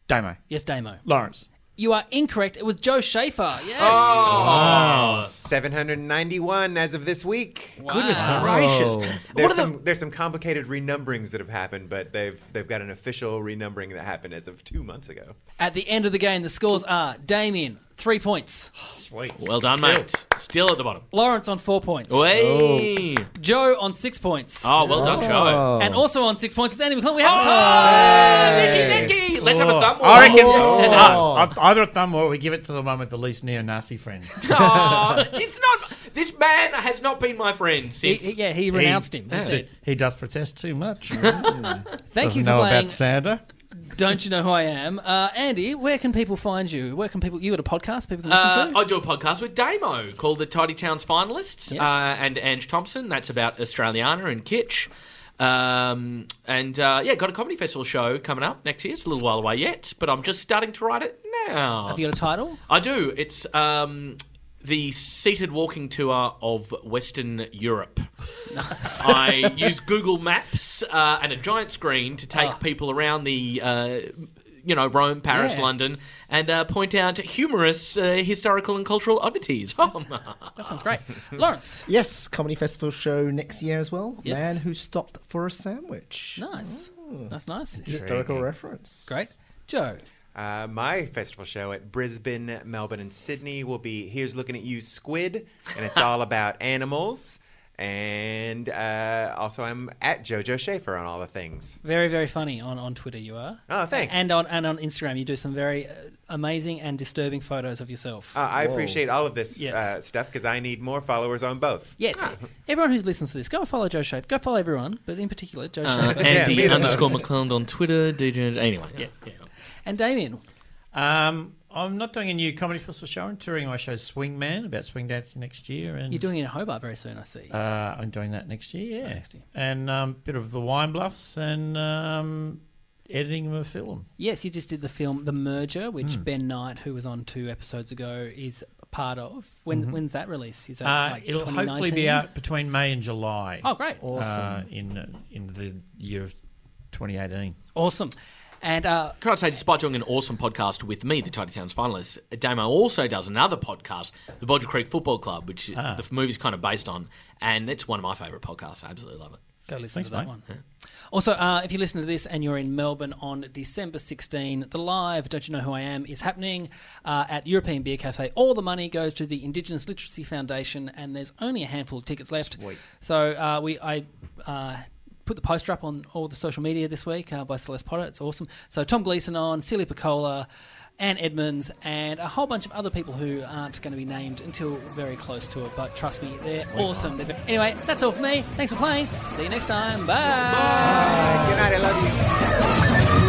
[SPEAKER 7] Damo.
[SPEAKER 3] Yes, Damo.
[SPEAKER 7] Lawrence.
[SPEAKER 3] You are incorrect. It was Joe Schaefer. Yes.
[SPEAKER 4] Oh,
[SPEAKER 6] 791 as of this week.
[SPEAKER 4] Goodness
[SPEAKER 3] Ah.
[SPEAKER 4] gracious.
[SPEAKER 6] There's
[SPEAKER 4] What are
[SPEAKER 6] some
[SPEAKER 4] the.
[SPEAKER 6] there's some complicated renumberings that have happened, but they've they've got an official renumbering that happened as of two months ago.
[SPEAKER 3] At the end of the game, the scores are Damien, three points.
[SPEAKER 7] Sweet.
[SPEAKER 4] Well done, mate. Still at the bottom.
[SPEAKER 3] Lawrence on four points.
[SPEAKER 4] Way.
[SPEAKER 3] Joe on six points.
[SPEAKER 4] Oh, well done, Joe.
[SPEAKER 3] And also on six points is Andy McClung. We have
[SPEAKER 4] Nicky, Nicky. Let's have a thumb.
[SPEAKER 7] I reckon
[SPEAKER 4] war.
[SPEAKER 7] no, I- either a thumb or we give it to the one with the least neo-Nazi friends.
[SPEAKER 4] Aw, it's not. This man has not been my friend
[SPEAKER 3] He,
[SPEAKER 4] since.
[SPEAKER 3] he- yeah, he renounced him. He said,
[SPEAKER 7] He does protest too much.
[SPEAKER 3] Thank you
[SPEAKER 7] Doesn't
[SPEAKER 3] for
[SPEAKER 7] know
[SPEAKER 3] playing.
[SPEAKER 7] about Santa.
[SPEAKER 3] Don't you know who I am, uh, Andy? Where can people find you? Where can people? You got a podcast? People can listen
[SPEAKER 4] Uh,
[SPEAKER 3] to.
[SPEAKER 4] I do a podcast with Damo called the Tidy Towns Finalists
[SPEAKER 3] Yes.
[SPEAKER 4] uh, and Ange Thompson. That's about Australiana and Kitsch. Um, and uh, yeah, got a comedy festival show coming up next year. It's a little while away yet, but I'm just starting to write it now.
[SPEAKER 3] have you got a title?
[SPEAKER 4] I do. It's um, the seated walking tour of Western Europe. I use Google Maps uh, and a giant screen to take people around the. Uh, you know, Rome, Paris,
[SPEAKER 3] Yeah.
[SPEAKER 4] London, and uh, point out humorous uh, historical and cultural oddities.
[SPEAKER 3] That sounds great. Lawrence,
[SPEAKER 5] yes, comedy festival show next year as well.
[SPEAKER 3] Yes.
[SPEAKER 5] Man who stopped for a sandwich.
[SPEAKER 3] nice.
[SPEAKER 4] Oh.
[SPEAKER 3] That's nice.
[SPEAKER 5] Historical reference.
[SPEAKER 3] Great. Joe,
[SPEAKER 6] Uh, my festival show at Brisbane, Melbourne, and Sydney will be Here's Looking at You Squid, and it's all about animals. And uh, also, I'm at JoJo Schaefer on all the things.
[SPEAKER 3] very very funny on on Twitter. You are.
[SPEAKER 4] Ah,
[SPEAKER 6] Oh, thanks.
[SPEAKER 4] uh,
[SPEAKER 3] And on and on Instagram, you do some very uh, amazing and disturbing photos of yourself.
[SPEAKER 4] Ah.
[SPEAKER 6] Uh, I appreciate all of this
[SPEAKER 3] Yes.
[SPEAKER 6] uh, stuff because I need more followers on both.
[SPEAKER 3] Yes,
[SPEAKER 4] Ah.
[SPEAKER 3] everyone who listens to this, go and follow Joe Shape. Go follow everyone, but in particular Joe Shape
[SPEAKER 4] Andy
[SPEAKER 6] me the
[SPEAKER 4] underscore McClelland on Twitter. DJ, anyway, yeah.
[SPEAKER 3] and Damien.
[SPEAKER 7] Um, I'm not doing a new comedy festival show. I'm touring my show Swing Man about swing dancing next year. And
[SPEAKER 3] You're doing it in Hobart very soon, I see.
[SPEAKER 7] Uh, I'm doing that next year. Yeah,
[SPEAKER 3] Next year.
[SPEAKER 7] and um, bit of the wine bluffs and um, editing of a film.
[SPEAKER 3] yes, you just did the film The Merger, which
[SPEAKER 7] Hmm.
[SPEAKER 3] Ben Knight, who was on two episodes ago, is a part of. When when's that release? Is that
[SPEAKER 7] Mm-hmm. Uh,
[SPEAKER 3] like
[SPEAKER 7] it'll hopefully
[SPEAKER 3] 2019?
[SPEAKER 7] be out between May and July.
[SPEAKER 3] Oh, great!
[SPEAKER 7] Uh, in in the year of 2018.
[SPEAKER 3] Awesome. And uh,
[SPEAKER 4] Can I say, despite doing an awesome podcast with me, the Tidy Towns finalists, Damo also does another podcast, the Bodger Creek Football Club, which the movie's kind of based on, and it's one of my favourite podcasts. I absolutely love it.
[SPEAKER 3] Go listen
[SPEAKER 7] Thanks,
[SPEAKER 3] to that
[SPEAKER 7] mate.
[SPEAKER 3] one. Also, uh, if you listen to this and you're in Melbourne on December 16, the live Don't You Know Who I Am is happening uh, at European Beer Cafe. All the money goes to the Indigenous Literacy Foundation, and there's only a handful of tickets left. So uh, we, I. Uh, Put the poster up on all the social media this week uh, by Celeste Potter. It's awesome. So Tom Gleason on, Celia Piccola, Anne Edmonds, and a whole bunch of other people who aren't going to be named until very close to it. But trust me, they're awesome. They're- Anyway, that's all for me. Thanks for playing. See you next time. Bye.
[SPEAKER 6] Good night. I love you.